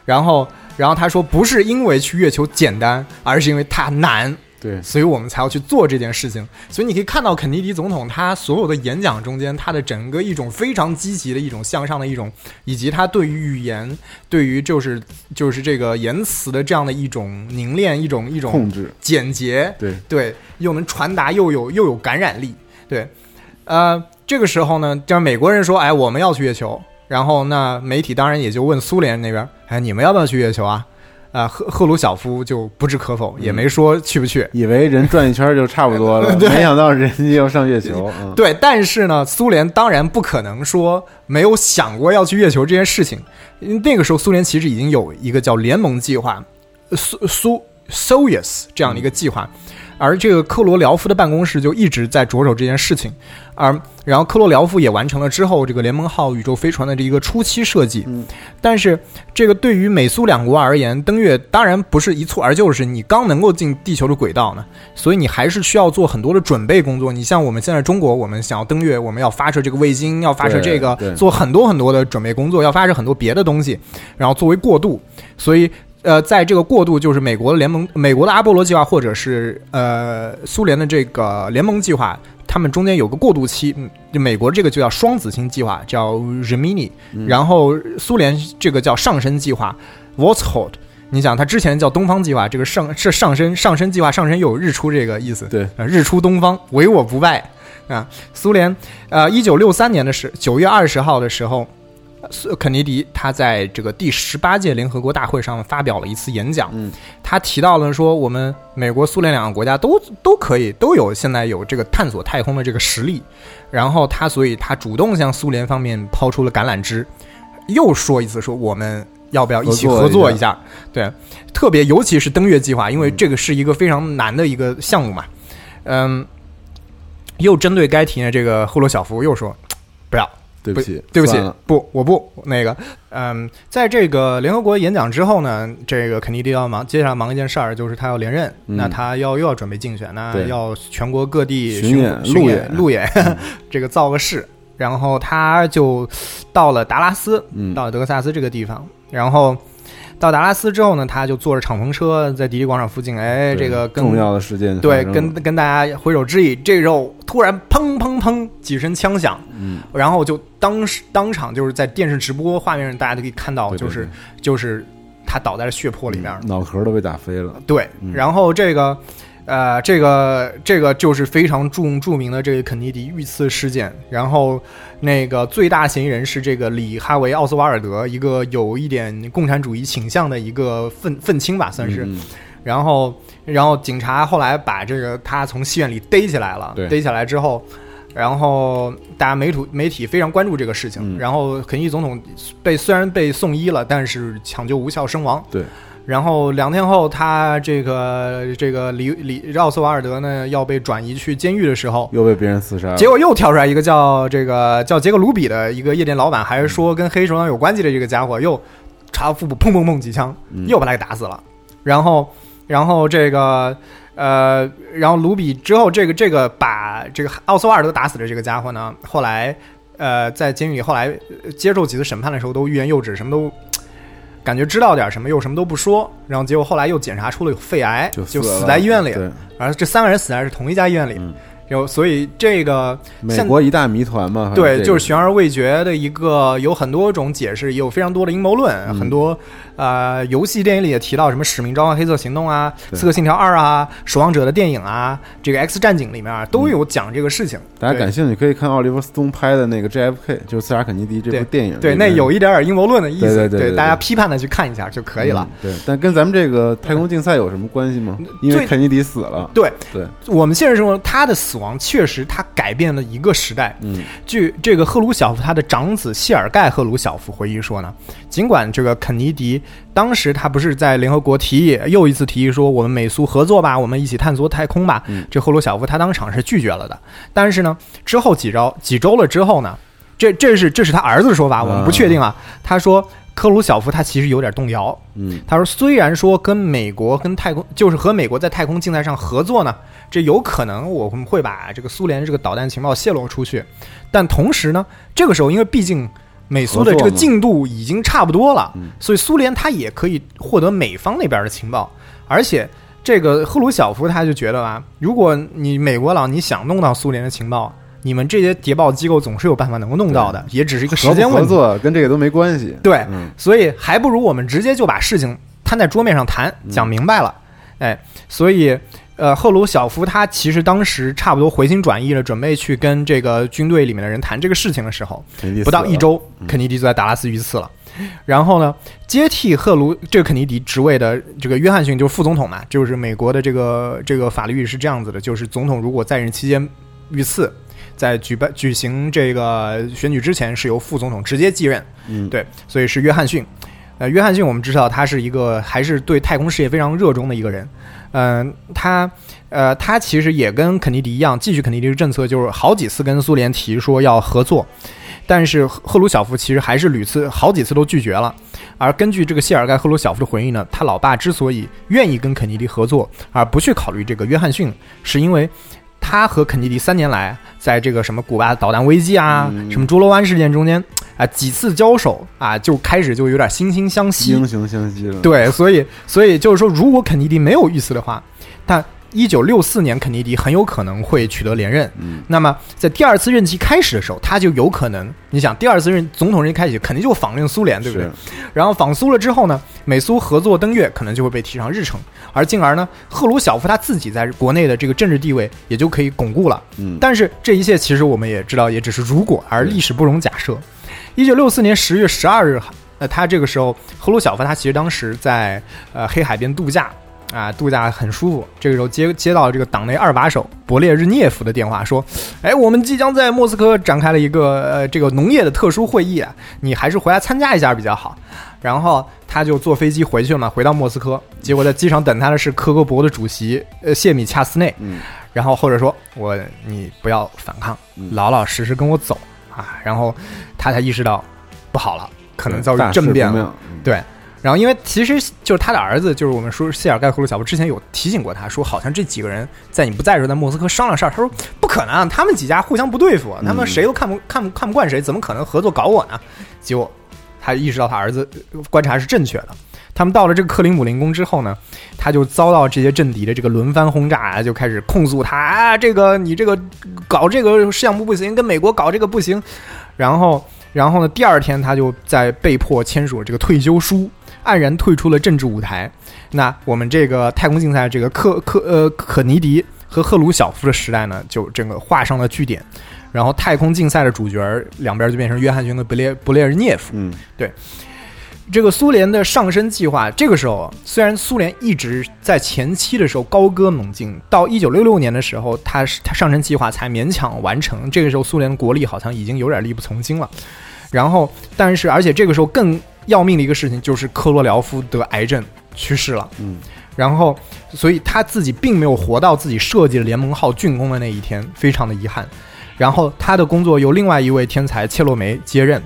Speaker 2: 然后，然后他说，不是因为去月球简单，而是因为它难，
Speaker 3: 对，
Speaker 2: 所以我们才要去做这件事情。所以你可以看到肯尼迪总统他所有的演讲中间，他的整个一种非常积极的一种向上的一种，以及他对于语言、对于就是就是这个言辞的这样的一种凝练、一种一种
Speaker 3: 控制，
Speaker 2: 简洁，
Speaker 3: 对
Speaker 2: 对，又能传达，又有又有感染力，对，呃，这个时候呢，这美国人说，哎，我们要去月球，然后那媒体当然也就问苏联那边，哎，你们要不要去月球啊？啊、赫赫鲁晓夫就不置可否，也没说去不去。
Speaker 3: 以为人转一圈就差不多 了，没想到人家要上月球，嗯，
Speaker 2: 对，但是呢，苏联当然不可能说没有想过要去月球这件事情。因为那个时候，苏联其实已经有一个叫联盟计划，呃苏苏 Soyuz 这样的一个计划，而这个克罗廖夫的办公室就一直在着手这件事情。而然后克罗廖夫也完成了之后这个联盟号宇宙飞船的这一个初期设计。但是这个对于美苏两国而言，登月当然不是一蹴而就，是你刚能够进地球的轨道呢，所以你还是需要做很多的准备工作。你像我们现在中国，我们想要登月，我们要发射这个卫星，要发射这个
Speaker 3: 对，对
Speaker 2: 做很多很多的准备工作，要发射很多别的东西，然后作为过渡。所以。呃，在这个过渡，就是美国的联盟、美国的阿波罗计划，或者是呃苏联的这个联盟计划，他们中间有个过渡期。嗯，美国这个就叫双子星计划，叫 Gemini，、然后苏联这个叫上升计划 v o s h o l d 你想，它之前叫东方计划，这个上是上升上升计划，上升又有日出这个意思，
Speaker 3: 对
Speaker 2: 啊，日出东方，唯我不败啊！苏联，呃，一九六三年的时九月二十号的时候，苏呃肯尼迪他在这个第十八届联合国大会上发表了一次演讲，
Speaker 3: 嗯，
Speaker 2: 他提到了说，我们美国、苏联两个国家都都可以都有现在有这个探索太空的这个实力，然后他所以他主动向苏联方面抛出了橄榄枝，又说一次说我们要不要一起
Speaker 3: 合作
Speaker 2: 合作
Speaker 3: 一嗯
Speaker 2: 一下？对，特别尤其是登月计划，因为这个是一个非常难的一个项目嘛，嗯，又针对该题呢，这个赫鲁晓夫又说不要。
Speaker 3: 对不起，
Speaker 2: 对不起
Speaker 3: 算了，
Speaker 2: 不，我不那个，嗯，在这个联合国演讲之后呢，这个肯尼迪要忙，接下来忙一件事儿，就是他要连任，
Speaker 3: 嗯
Speaker 2: 那他要又要准备竞选，那
Speaker 3: 对
Speaker 2: 要全国各地
Speaker 3: 巡演
Speaker 2: 巡演、
Speaker 3: 路演嗯
Speaker 2: 路演， 这个造个势，然后他就到了达拉斯，
Speaker 3: 嗯
Speaker 2: 到了德克萨斯这个地方，然后。到达拉斯之后呢，他就坐着敞篷车在迪丽广场附近，哎，
Speaker 3: 对
Speaker 2: 这个跟
Speaker 3: 重要的事件发
Speaker 2: 对，
Speaker 3: 生了，
Speaker 2: 跟跟大家挥手致意。这时候突然砰砰砰几声枪响，
Speaker 3: 嗯，
Speaker 2: 然后就当时当场就是在电视直播画面上，大家都可以看到，
Speaker 3: 对对
Speaker 2: 就是就是他倒在了血泊里面。
Speaker 3: 脑壳都被打飞了，
Speaker 2: 对，
Speaker 3: 嗯
Speaker 2: 然后这个。呃，这个这个就是非常著著名的这个肯尼迪遇刺事件，然后那个最大嫌疑人是这个里哈维奥斯瓦尔德，一个有一点共产主义倾向的一个愤愤青吧，算是。
Speaker 3: 嗯
Speaker 2: 然后，然后警察后来把这个他从戏院里逮起来了
Speaker 3: 对，
Speaker 2: 逮起来之后，然后大家媒体媒体非常关注这个事情。
Speaker 3: 嗯
Speaker 2: 然后肯尼迪总统被虽然被送医了，但是抢救无效身亡。
Speaker 3: 对，
Speaker 2: 然后两天后，他这个这个里里奥斯瓦尔德呢要被转移去监狱的时候，
Speaker 3: 又被别人刺杀了，
Speaker 2: 结果又跳出来一个叫这个叫杰克鲁比的一个夜店老板，还是说跟黑手嗯党有关系的这个家伙，又查到腹部砰砰砰几枪，又把他给打死了。然后然后这个呃，然后卢比之后，这个这个把这个奥斯瓦尔德打死的这个家伙呢，后来呃在监狱里后来呃接受几次审判的时候都欲言又止，什么都。感觉知道点什么又什么都不说，然后结果后来又检查出了有肺癌，就
Speaker 3: 就
Speaker 2: 死在医院里
Speaker 3: 对，
Speaker 2: 而这三个人死在是同一家医院里，
Speaker 3: 嗯
Speaker 2: 然后所以这个
Speaker 3: 美
Speaker 2: 现
Speaker 3: 国一大谜团嘛，反正这
Speaker 2: 对，
Speaker 3: 个
Speaker 2: 就是悬而未决的一个，有很多种解释，也有非常多的阴谋论，
Speaker 3: 嗯
Speaker 2: 很多呃，游戏电影里也提到什么《使命召唤：黑色行动》啊，《
Speaker 3: 对
Speaker 2: 刺客信条二》啊，《守望者》的电影啊，这个《X 战警》里面啊都有讲这个事情。
Speaker 3: 嗯大家
Speaker 2: 对
Speaker 3: 感兴趣可以看奥利弗·斯通拍的那个 JFK，就是《刺杀肯尼迪》这
Speaker 2: 对
Speaker 3: 部电影里面。
Speaker 2: 对，那有一点点阴谋论的意思，
Speaker 3: 对对对对对
Speaker 2: 大家批判的去看一下就可以了。嗯
Speaker 3: 嗯对，但跟咱们这个太空竞赛有什么关系吗？因为
Speaker 2: 最
Speaker 3: 肯尼迪死了。
Speaker 2: 对
Speaker 3: 对，
Speaker 2: 我们现实生活中，他的死亡确实他改变了一个时代。
Speaker 3: 嗯，
Speaker 2: 据这个赫鲁晓夫他的长子谢尔盖·赫鲁晓夫回忆说呢，尽管这个肯尼迪当时他不是在联合国提议又一次提议说我们美苏合作吧，我们一起探索太空吧，这赫鲁晓夫他当场是拒绝了的。但是呢，之后几周几周了之后呢，这这是这是他儿子的说法，我们不确定啊。他说赫鲁晓夫他其实有点动摇，
Speaker 3: 嗯，
Speaker 2: 他说：“虽然说跟美国跟太空就是和美国在太空竞赛上合作呢，这有可能我们会把这个苏联这个导弹情报泄露出去，但同时呢，这个时候因为毕竟美苏的这个
Speaker 3: 合作嘛
Speaker 2: 进度已经差不多了
Speaker 3: 嗯，
Speaker 2: 所以苏联它也可以获得美方那边的情报，而且。”这个赫鲁晓夫他就觉得吧，如果你美国佬你想弄到苏联的情报，你们这些谍报机构总是有办法能够弄到的，也只是一个时间
Speaker 3: 合
Speaker 2: 问
Speaker 3: 不合
Speaker 2: 题。
Speaker 3: 作跟这个都没关系。
Speaker 2: 对，
Speaker 3: 嗯
Speaker 2: 所以还不如我们直接就把事情摊在桌面上谈，讲明白了。哎，所以呃，赫鲁晓夫他其实当时差不多回心转意了，准备去跟这个军队里面的人谈这个事情的时候，
Speaker 3: 肯尼迪
Speaker 2: 不到
Speaker 3: 死了嗯
Speaker 2: 一，周，肯尼迪就在达拉斯遇刺了。然后呢，接替赫鲁这个肯尼迪职位的这个约翰逊就是副总统嘛，就是美国的这个这个法律是这样子的，就是总统如果在任期间遇刺，在举办举行这个选举之前，是由副总统直接继任。
Speaker 3: 嗯，
Speaker 2: 对，所以是约翰逊。呃，约翰逊我们知道他是一个还是对太空事业非常热衷的一个人。嗯、他呃，他其实也跟肯尼迪一样，继续肯尼迪的政策，就是好几次跟苏联提说要合作，但是赫赫鲁晓夫其实还是屡次好几次都拒绝了。而根据这个谢尔盖·赫鲁晓夫的回忆呢，他老爸之所以愿意跟肯尼迪合作，而不去考虑这个约翰逊，是因为他和肯尼迪三年来在这个什么古巴导弹危机啊、什么朱罗湾事件中间啊几次交手啊，就开始就有点惺惺相惜，
Speaker 3: 英雄相惜了。，
Speaker 2: 对，所以所以就是说，如果肯尼迪没有遇刺的话，但一九六四年肯尼迪很有可能会取得连任。
Speaker 3: 嗯，
Speaker 2: 那么在第二次任期开始的时候，他就有可能，你想第二次任总统任期开始，肯定就访问苏联，对不对
Speaker 3: 是？
Speaker 2: 然后访苏了之后呢，美苏合作登月可能就会被提上日程，而进而呢，赫鲁晓夫他自己在国内的这个政治地位也就可以巩固了。
Speaker 3: 嗯
Speaker 2: 但是这一切其实我们也知道，也只是如果，而历史不容假设。一九六四年十月十二日，呃，他这个时候，赫鲁晓夫他其实当时在呃黑海边度假啊、度假很舒服。这个时候接接到这个党内二把手勃列日涅夫的电话，说：“哎，我们即将在莫斯科展开了一个呃这个农业的特殊会议，啊，你还是回来参加一下比较好。”然后他就坐飞机回去了嘛，回到莫斯科。结果在机场等他的是科格勃的主席呃谢米恰斯内，
Speaker 3: 嗯，
Speaker 2: 然后或者说我你不要反抗，
Speaker 3: 嗯
Speaker 2: 老老实实跟我走啊。然后他才意识到不好了，可能遭
Speaker 3: 大
Speaker 2: 遇
Speaker 3: 事
Speaker 2: 政变
Speaker 3: 不
Speaker 2: 了
Speaker 3: 妙。。嗯
Speaker 2: 对，然后因为其实就是他的儿子，就是我们说谢尔盖·赫鲁晓夫之前有提醒过他说，好像这几个人在你不在的时候在莫斯科商量事儿。他说不可能，啊他们几家互相不对付，他们谁都看不看不看不惯谁，怎么可能合作搞我呢？结果他意识到他儿子呃观察是正确的。他们到了这个克里姆林宫之后呢，他就遭到这些政敌的这个轮番轰炸啊，就开始控诉他啊，这个你这个搞这个项目不行，跟美国搞这个不行。然后，然后呢，第二天他就在被迫签署了这个退休书，黯然退出了政治舞台。那我们这个太空竞赛这个克克呃肯尼迪和赫鲁晓夫的时代呢，就整个画上了句点。然后太空竞赛的主角儿两边就变成约翰逊和布列布列日涅夫。
Speaker 3: 嗯，
Speaker 2: 这个苏联的上升计划，这个时候虽然苏联一直在前期的时候高歌猛进，到一九六六年的时候，它是它上升计划才勉强完成。这个时候苏联的国力好像已经有点力不从心了。然后，但是而且这个时候更要命的一个事情就是科罗廖夫得癌症去世了。
Speaker 3: 嗯，
Speaker 2: 然后所以他自己并没有活到自己设计的联盟号竣工的那一天，非常的遗憾。然后他的工作由另外一位天才切洛梅接任。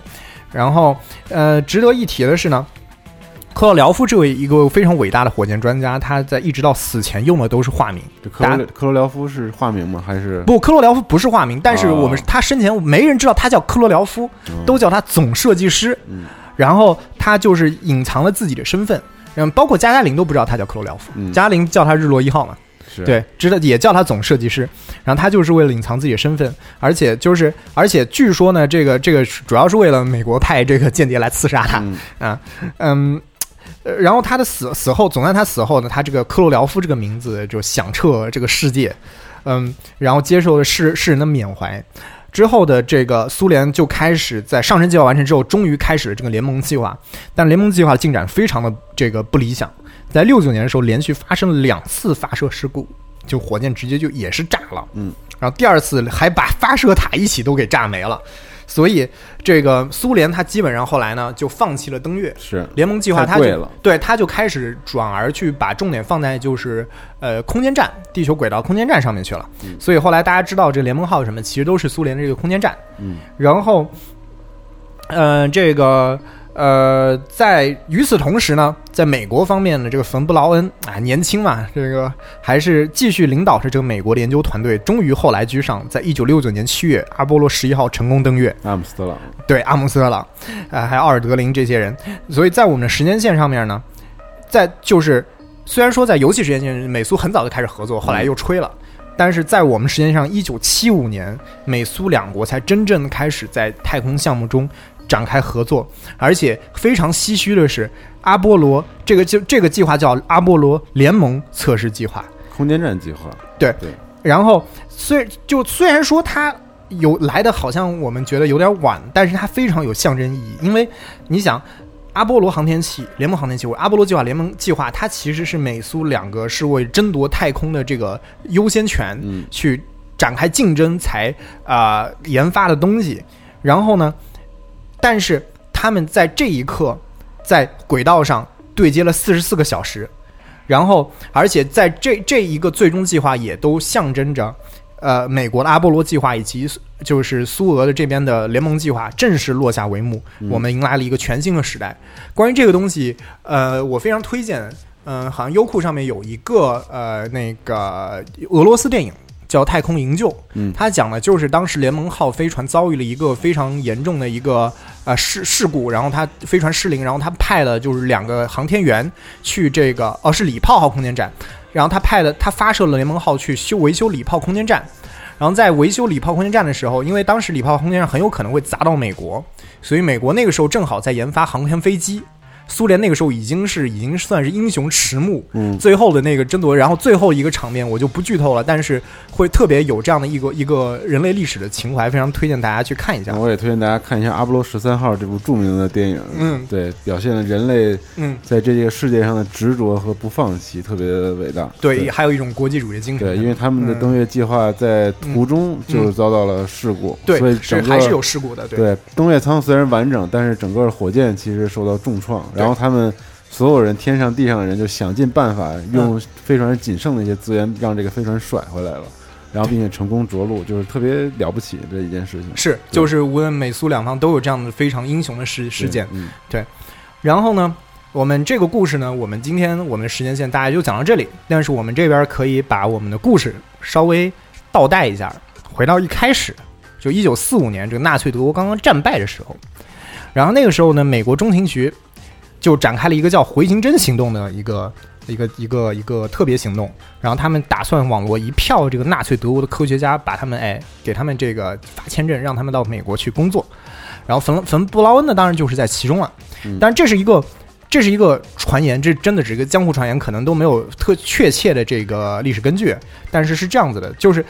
Speaker 2: 然后，呃，值得一提的是呢，克劳廖夫这位一个非常伟大的火箭专家，他在一直到死前用的都是化名。
Speaker 3: 这克罗
Speaker 2: 大
Speaker 3: 列克罗廖夫是化名吗？还是
Speaker 2: 不，克罗廖夫不是化名，但是
Speaker 3: 哦嗯
Speaker 2: 我们、他生前没人知道他叫克罗廖夫，都叫他总设计师。然后他就是隐藏了自己的身份，嗯，包括加加林都不知道他叫克罗廖夫，
Speaker 3: 嗯
Speaker 2: 加加林叫他日落一号嘛，
Speaker 3: 是？
Speaker 2: 对，知道也叫他总设计师。然后他就是为了隐藏自己的身份，而且就是而且据说呢，这个这个主要是为了美国派这个间谍来刺杀他、
Speaker 3: 嗯
Speaker 2: 啊，嗯。呃然后他的死死后，总算他死后呢，他这个克洛廖夫这个名字就响彻这个世界，嗯，然后接受了世世人的缅怀。之后的这个苏联就开始在上升计划完成之后，终于开始了这个联盟计划，但联盟计划进展非常的这个不理想，在六九年的时候连续发生了两次发射事故，就火箭直接就也是炸了，
Speaker 3: 嗯，
Speaker 2: 然后第二次还把发射塔一起都给炸没了，所以这个苏联它基本上后来呢就放弃了登月，
Speaker 3: 是
Speaker 2: 联盟计划它
Speaker 3: 太贵
Speaker 2: 就
Speaker 3: 了，
Speaker 2: 对它就开始转而去把重点放在就是呃空间站、地球轨道空间站上面去了。
Speaker 3: 嗯
Speaker 2: 所以后来大家知道这联盟号什么，其实都是苏联的这个空间站。
Speaker 3: 嗯，
Speaker 2: 然后，呃，这个呃，在与此同时呢，在美国方面呢，这个冯布劳恩啊，年轻嘛，这个还是继续领导着这个美国的研究团队，终于后来居上，在一九六九年七月，阿波罗十一号成功登月。
Speaker 3: 阿姆斯特朗，
Speaker 2: 对阿姆斯特朗，呃，还有奥尔德林这些人，所以在我们的时间线上面呢，在就是虽然说在游戏时间线，美苏很早就开始合作，后来又吹了，但是在我们时间上，一九七五年，美苏两国才真正开始在太空项目中展开合作，而且非常唏嘘的是，阿波罗这个就这个计划叫阿波罗联盟测试计划，
Speaker 3: 空间站计划，
Speaker 2: 对
Speaker 3: 对，
Speaker 2: 然后虽就虽然说它有来的好像我们觉得有点晚，但是它非常有象征意义，因为你想。阿波罗航天器联盟航天器，或者阿波罗计划联盟计划，它其实是美苏两个是为争夺太空的这个优先权
Speaker 3: 嗯
Speaker 2: 去展开竞争才啊、呃研发的东西。然后呢，但是他们在这一刻在轨道上对接了四十四个小时，然后而且在这这一个最终计划也都象征着，呃，美国的阿波罗计划以及就是苏俄的这边的联盟计划正式落下帷幕，我们迎来了一个全新的时代。关于这个东西，呃，我非常推荐，嗯、好像优酷上面有一个呃那个俄罗斯电影。叫《太空营救》，
Speaker 3: 嗯
Speaker 2: 它讲的就是当时联盟号飞船遭遇了一个非常严重的一个呃事事故，然后它飞船失灵，然后它派了就是两个航天员去这个哦是礼炮号空间站，然后他派了他发射了联盟号去修维修礼炮空间站，然后在维修礼炮空间站的时候，因为当时礼炮空间站很有可能会砸到美国，所以美国那个时候正好在研发航天飞机。苏联那个时候已经是已经算是英雄迟暮，
Speaker 3: 嗯
Speaker 2: 最后的那个争夺，然后最后一个场面我就不剧透了，但是会特别有这样的一个一个人类历史的情怀，非常推荐大家去看一下
Speaker 3: 那。我也推荐大家看一下《阿波罗十三号》这部著名的电影，
Speaker 2: 嗯
Speaker 3: 对，表现了人类
Speaker 2: 嗯
Speaker 3: 在这个世界上的执着和不放弃，特别的伟大。
Speaker 2: 对，还有一种国际主义精神。
Speaker 3: 对，因为他们的登月计划在途中就是遭到了事故，
Speaker 2: 嗯对
Speaker 3: 所以
Speaker 2: 是
Speaker 3: 整个
Speaker 2: 还是有事故的，对
Speaker 3: 对登月舱虽然完整，但是整个火箭其实受到重创，然后他们所有人天上地上的人就想尽办法
Speaker 2: 嗯
Speaker 3: 用飞船仅剩的一些资源让这个飞船甩回来了，然后并且成功着陆，就是特别了不起的一件事情。
Speaker 2: 是就是无论美苏两方都有这样的非常英雄的事事
Speaker 3: 对
Speaker 2: 件。
Speaker 3: 嗯，
Speaker 2: 然后呢，我们这个故事呢，我们今天我们的时间线大概就讲到这里，但是我们这边可以把我们的故事稍微倒带一下，回到一开始，就一九四五年这个纳粹德国刚刚战败的时候，然后那个时候呢，美国中情局就展开了一个叫“回形针”行动的一个。一个一个一个特别行动，然后他们打算网罗一票这个纳粹德国的科学家，把他们哎给他们这个发签证，让他们到美国去工作。然后冯冯布劳恩呢，当然就是在其中啊了。但这是一个，这是一个传言，这真的是一个江湖传言，可能都没有特确切的这个历史根据。但是是这样子的，就是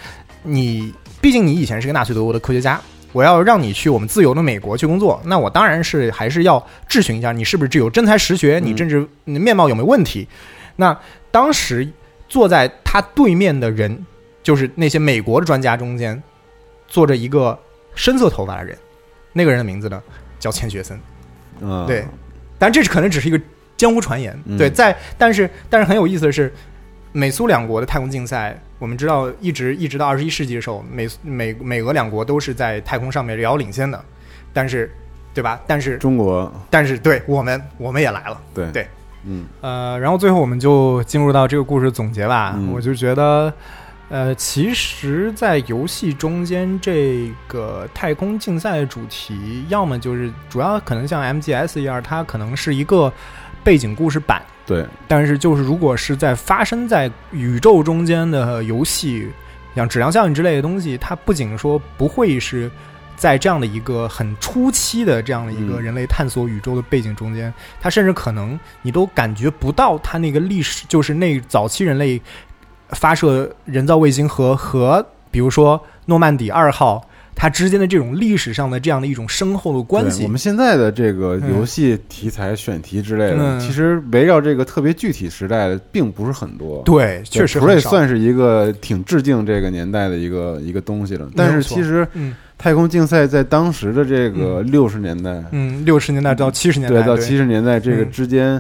Speaker 2: 你，毕竟你以前是个纳粹德国的科学家，我要让你去我们自由的美国去工作，那我当然是还是要质询一下你是不是具有真才实学，你政治你的面貌有没有问题。那当时坐在他对面的人，就是那些美国的专家中间，坐着一个深色头发的人，那个人的名字呢叫钱学森。
Speaker 3: 啊，
Speaker 2: 对，但这是可能只是一个江湖传言。
Speaker 3: 嗯
Speaker 2: 对，在但是但是很有意思的是，美苏两国的太空竞赛，我们知道一直一直到二十一世纪的时候，美美美俄两国都是在太空上面遥遥领先的，但是。对吧？但是
Speaker 3: 中国
Speaker 2: 但是对我们我们也来了，
Speaker 3: 对
Speaker 2: 对，
Speaker 3: 嗯，
Speaker 2: 呃，然后最后我们就进入到这个故事总结吧。
Speaker 3: 嗯
Speaker 2: 我就觉得，呃，其实，在游戏中间，这个太空竞赛的主题，要么就是主要可能像 MGS 一样，它可能是一个背景故事版，
Speaker 3: 对，
Speaker 2: 但是就是如果是在发生在宇宙中间的游戏，像《质量效应》之类的东西，它不仅说不会是在这样的一个很初期的这样的一个
Speaker 3: 嗯
Speaker 2: 人类探索宇宙的背景中间，它甚至可能你都感觉不到它那个历史，就是那早期人类发射人造卫星和和比如说诺曼底二号。它之间的这种历史上的这样的一种深厚的关
Speaker 3: 对
Speaker 2: 系
Speaker 3: 我，们现在的这个游戏题材选题之类的，
Speaker 2: 嗯
Speaker 3: 其实围绕这个特别具体时代的并不是很多。
Speaker 2: 对，确实
Speaker 3: p r
Speaker 2: 很
Speaker 3: e
Speaker 2: 少。
Speaker 3: 算是一个挺致敬这个年代的一个一个东西了。但是其实
Speaker 2: 嗯
Speaker 3: 太空竞赛在当时的这个六十年代，
Speaker 2: 嗯，六十年代到七十年代，
Speaker 3: 对，到七十年代这个
Speaker 2: 嗯
Speaker 3: 之间，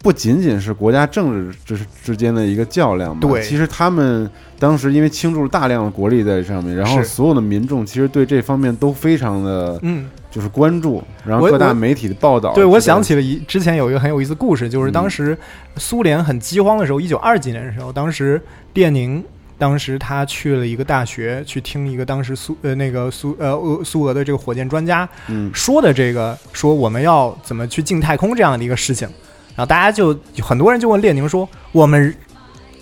Speaker 3: 不仅仅是国家政治之之间的一个较量吧，
Speaker 2: 对
Speaker 3: 其实他们当时因为倾注了大量的国力在上面，然后
Speaker 2: 是
Speaker 3: 所有的民众其实对这方面都非常的
Speaker 2: 嗯，
Speaker 3: 就是关注，然后
Speaker 2: 我
Speaker 3: 各大
Speaker 2: 我
Speaker 3: 媒体的报道，
Speaker 2: 对，我
Speaker 3: 知道
Speaker 2: 想起了一之前有一个很有意思的故事，就是
Speaker 3: 嗯
Speaker 2: 当时苏联很饥荒的时候，一九二几年的时候，当时列宁。当时他去了一个大学，去听一个当时苏呃那个苏呃俄苏俄的这个火箭专家
Speaker 3: 嗯
Speaker 2: 说的这个，说我们要怎么去进太空这样的一个事情，然后大家就很多人就问列宁说，我们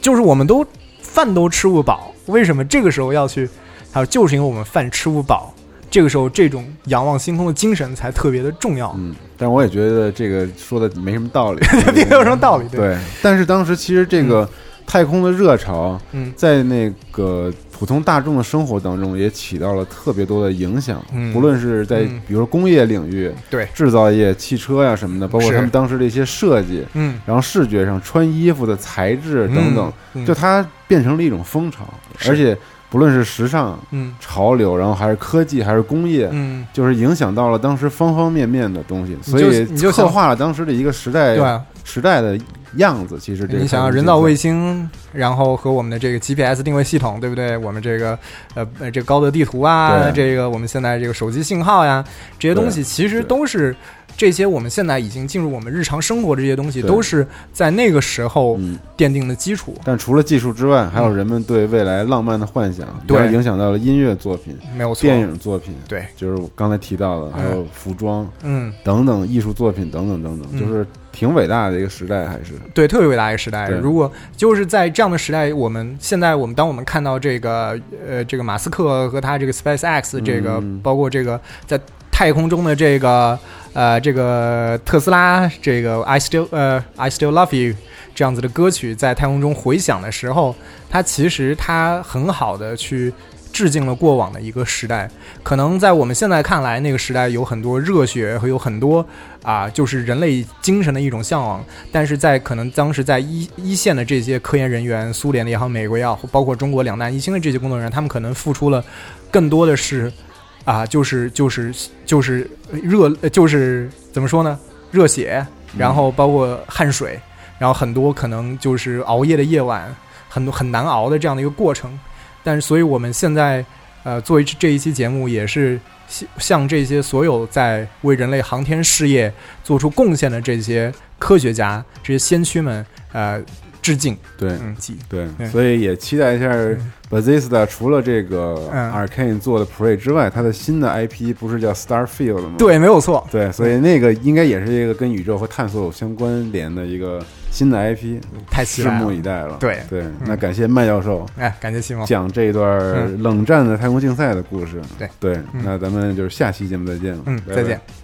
Speaker 2: 就是我们都饭都吃不饱，为什么这个时候要去？他说就是因为我们饭吃不饱，这个时候这种仰望星空的精神才特别的重要。
Speaker 3: 嗯，但我也觉得这个说的没什么道理，
Speaker 2: 也 没有什么道理。对，
Speaker 3: 对，但是当时其实这个太空的热潮，
Speaker 2: 嗯
Speaker 3: 在那个普通大众的生活当中也起到了特别多的影响，
Speaker 2: 嗯
Speaker 3: 不论是在
Speaker 2: 嗯
Speaker 3: 比如说工业领域、
Speaker 2: 对
Speaker 3: 制造业、汽车呀、什么的，包括
Speaker 2: 是
Speaker 3: 他们当时的一些设计，
Speaker 2: 嗯，
Speaker 3: 然后视觉上穿衣服的材质等等，
Speaker 2: 嗯
Speaker 3: 就它变成了一种风潮，
Speaker 2: 是
Speaker 3: 而且不论是时尚
Speaker 2: 嗯
Speaker 3: 潮流，然后还是科技，还是工业，
Speaker 2: 嗯，
Speaker 3: 就是影响到了当时方方面面的东西，所
Speaker 2: 就
Speaker 3: 以
Speaker 2: 你就想
Speaker 3: 刻画了当时的一个时代
Speaker 2: 对啊，
Speaker 3: 时代的样子。其实这个
Speaker 2: 你想要人造卫星，然后和我们的这个 GPS 定位系统，对不对？我们这个呃呃这个高德地图啊，
Speaker 3: 对
Speaker 2: 这个我们现在这个手机信号呀，这些东西
Speaker 3: 对
Speaker 2: 其实
Speaker 3: 对
Speaker 2: 都是。这些我们现在已经进入我们日常生活的这些东西，
Speaker 3: 对
Speaker 2: 都是在那个时候
Speaker 3: 嗯，
Speaker 2: 奠定的基础。
Speaker 3: 但除了技术之外，还有人们对未来浪漫的幻想，
Speaker 2: 嗯对
Speaker 3: 然后影响到了音乐作品、
Speaker 2: 没有错，
Speaker 3: 电影作品，
Speaker 2: 对，
Speaker 3: 就是我刚才提到的，还有服装
Speaker 2: 嗯，
Speaker 3: 等等艺术作品等等等等，
Speaker 2: 嗯
Speaker 3: 就是挺伟大的一个时代，还是
Speaker 2: 对，特别伟大一个时代。
Speaker 3: 对
Speaker 2: 如果就是在这样的时代，我们现在我们当我们看到这个呃这个马斯克和他这个 SpaceX 这个、
Speaker 3: 嗯
Speaker 2: 包括这个在太空中的这个呃这个特斯拉这个 I still 呃 I still love you 这样子的歌曲在太空中回响的时候，它其实它很好的去。致敬了过往的一个时代，可能在我们现在看来，那个时代有很多热血和有很多啊，就是人类精神的一种向往。但是在可能当时在一一线的这些科研人员，苏联的也好，美国也好，包括中国两弹一星的这些工作人员，他们可能付出了更多的是啊，就是就是就是热，呃就是怎么说呢，热血，然后包括汗水，然后很多可能就是熬夜的夜晚，很多很难熬的这样的一个过程。但是，所以我们现在呃做一这一期节目，也是希向这些所有在为人类航天事业做出贡献的这些科学家、这些先驱们，呃，致敬。
Speaker 3: 对。
Speaker 2: 嗯，记
Speaker 3: 对
Speaker 2: 对，
Speaker 3: 所以也期待一下 Bethesda 除了这个
Speaker 2: 嗯
Speaker 3: Arcane 做的 Prey 之外，它的新的 IP 不是叫 Starfield 吗？
Speaker 2: 对，没有错。
Speaker 3: 对，所以那个应该也是一个跟宇宙和探索有相关联的一个新的 IP，
Speaker 2: 太期待
Speaker 3: 拭
Speaker 2: 了啊
Speaker 3: 目以待了。
Speaker 2: 对嗯
Speaker 3: 对，那感谢麦教授
Speaker 2: 哎，感谢西蒙，
Speaker 3: 讲这段冷战的太空竞赛的故事。
Speaker 2: 嗯对
Speaker 3: 对，那咱们就是下期节目再见了。
Speaker 2: 嗯，
Speaker 3: 拜拜
Speaker 2: 再见，拜拜。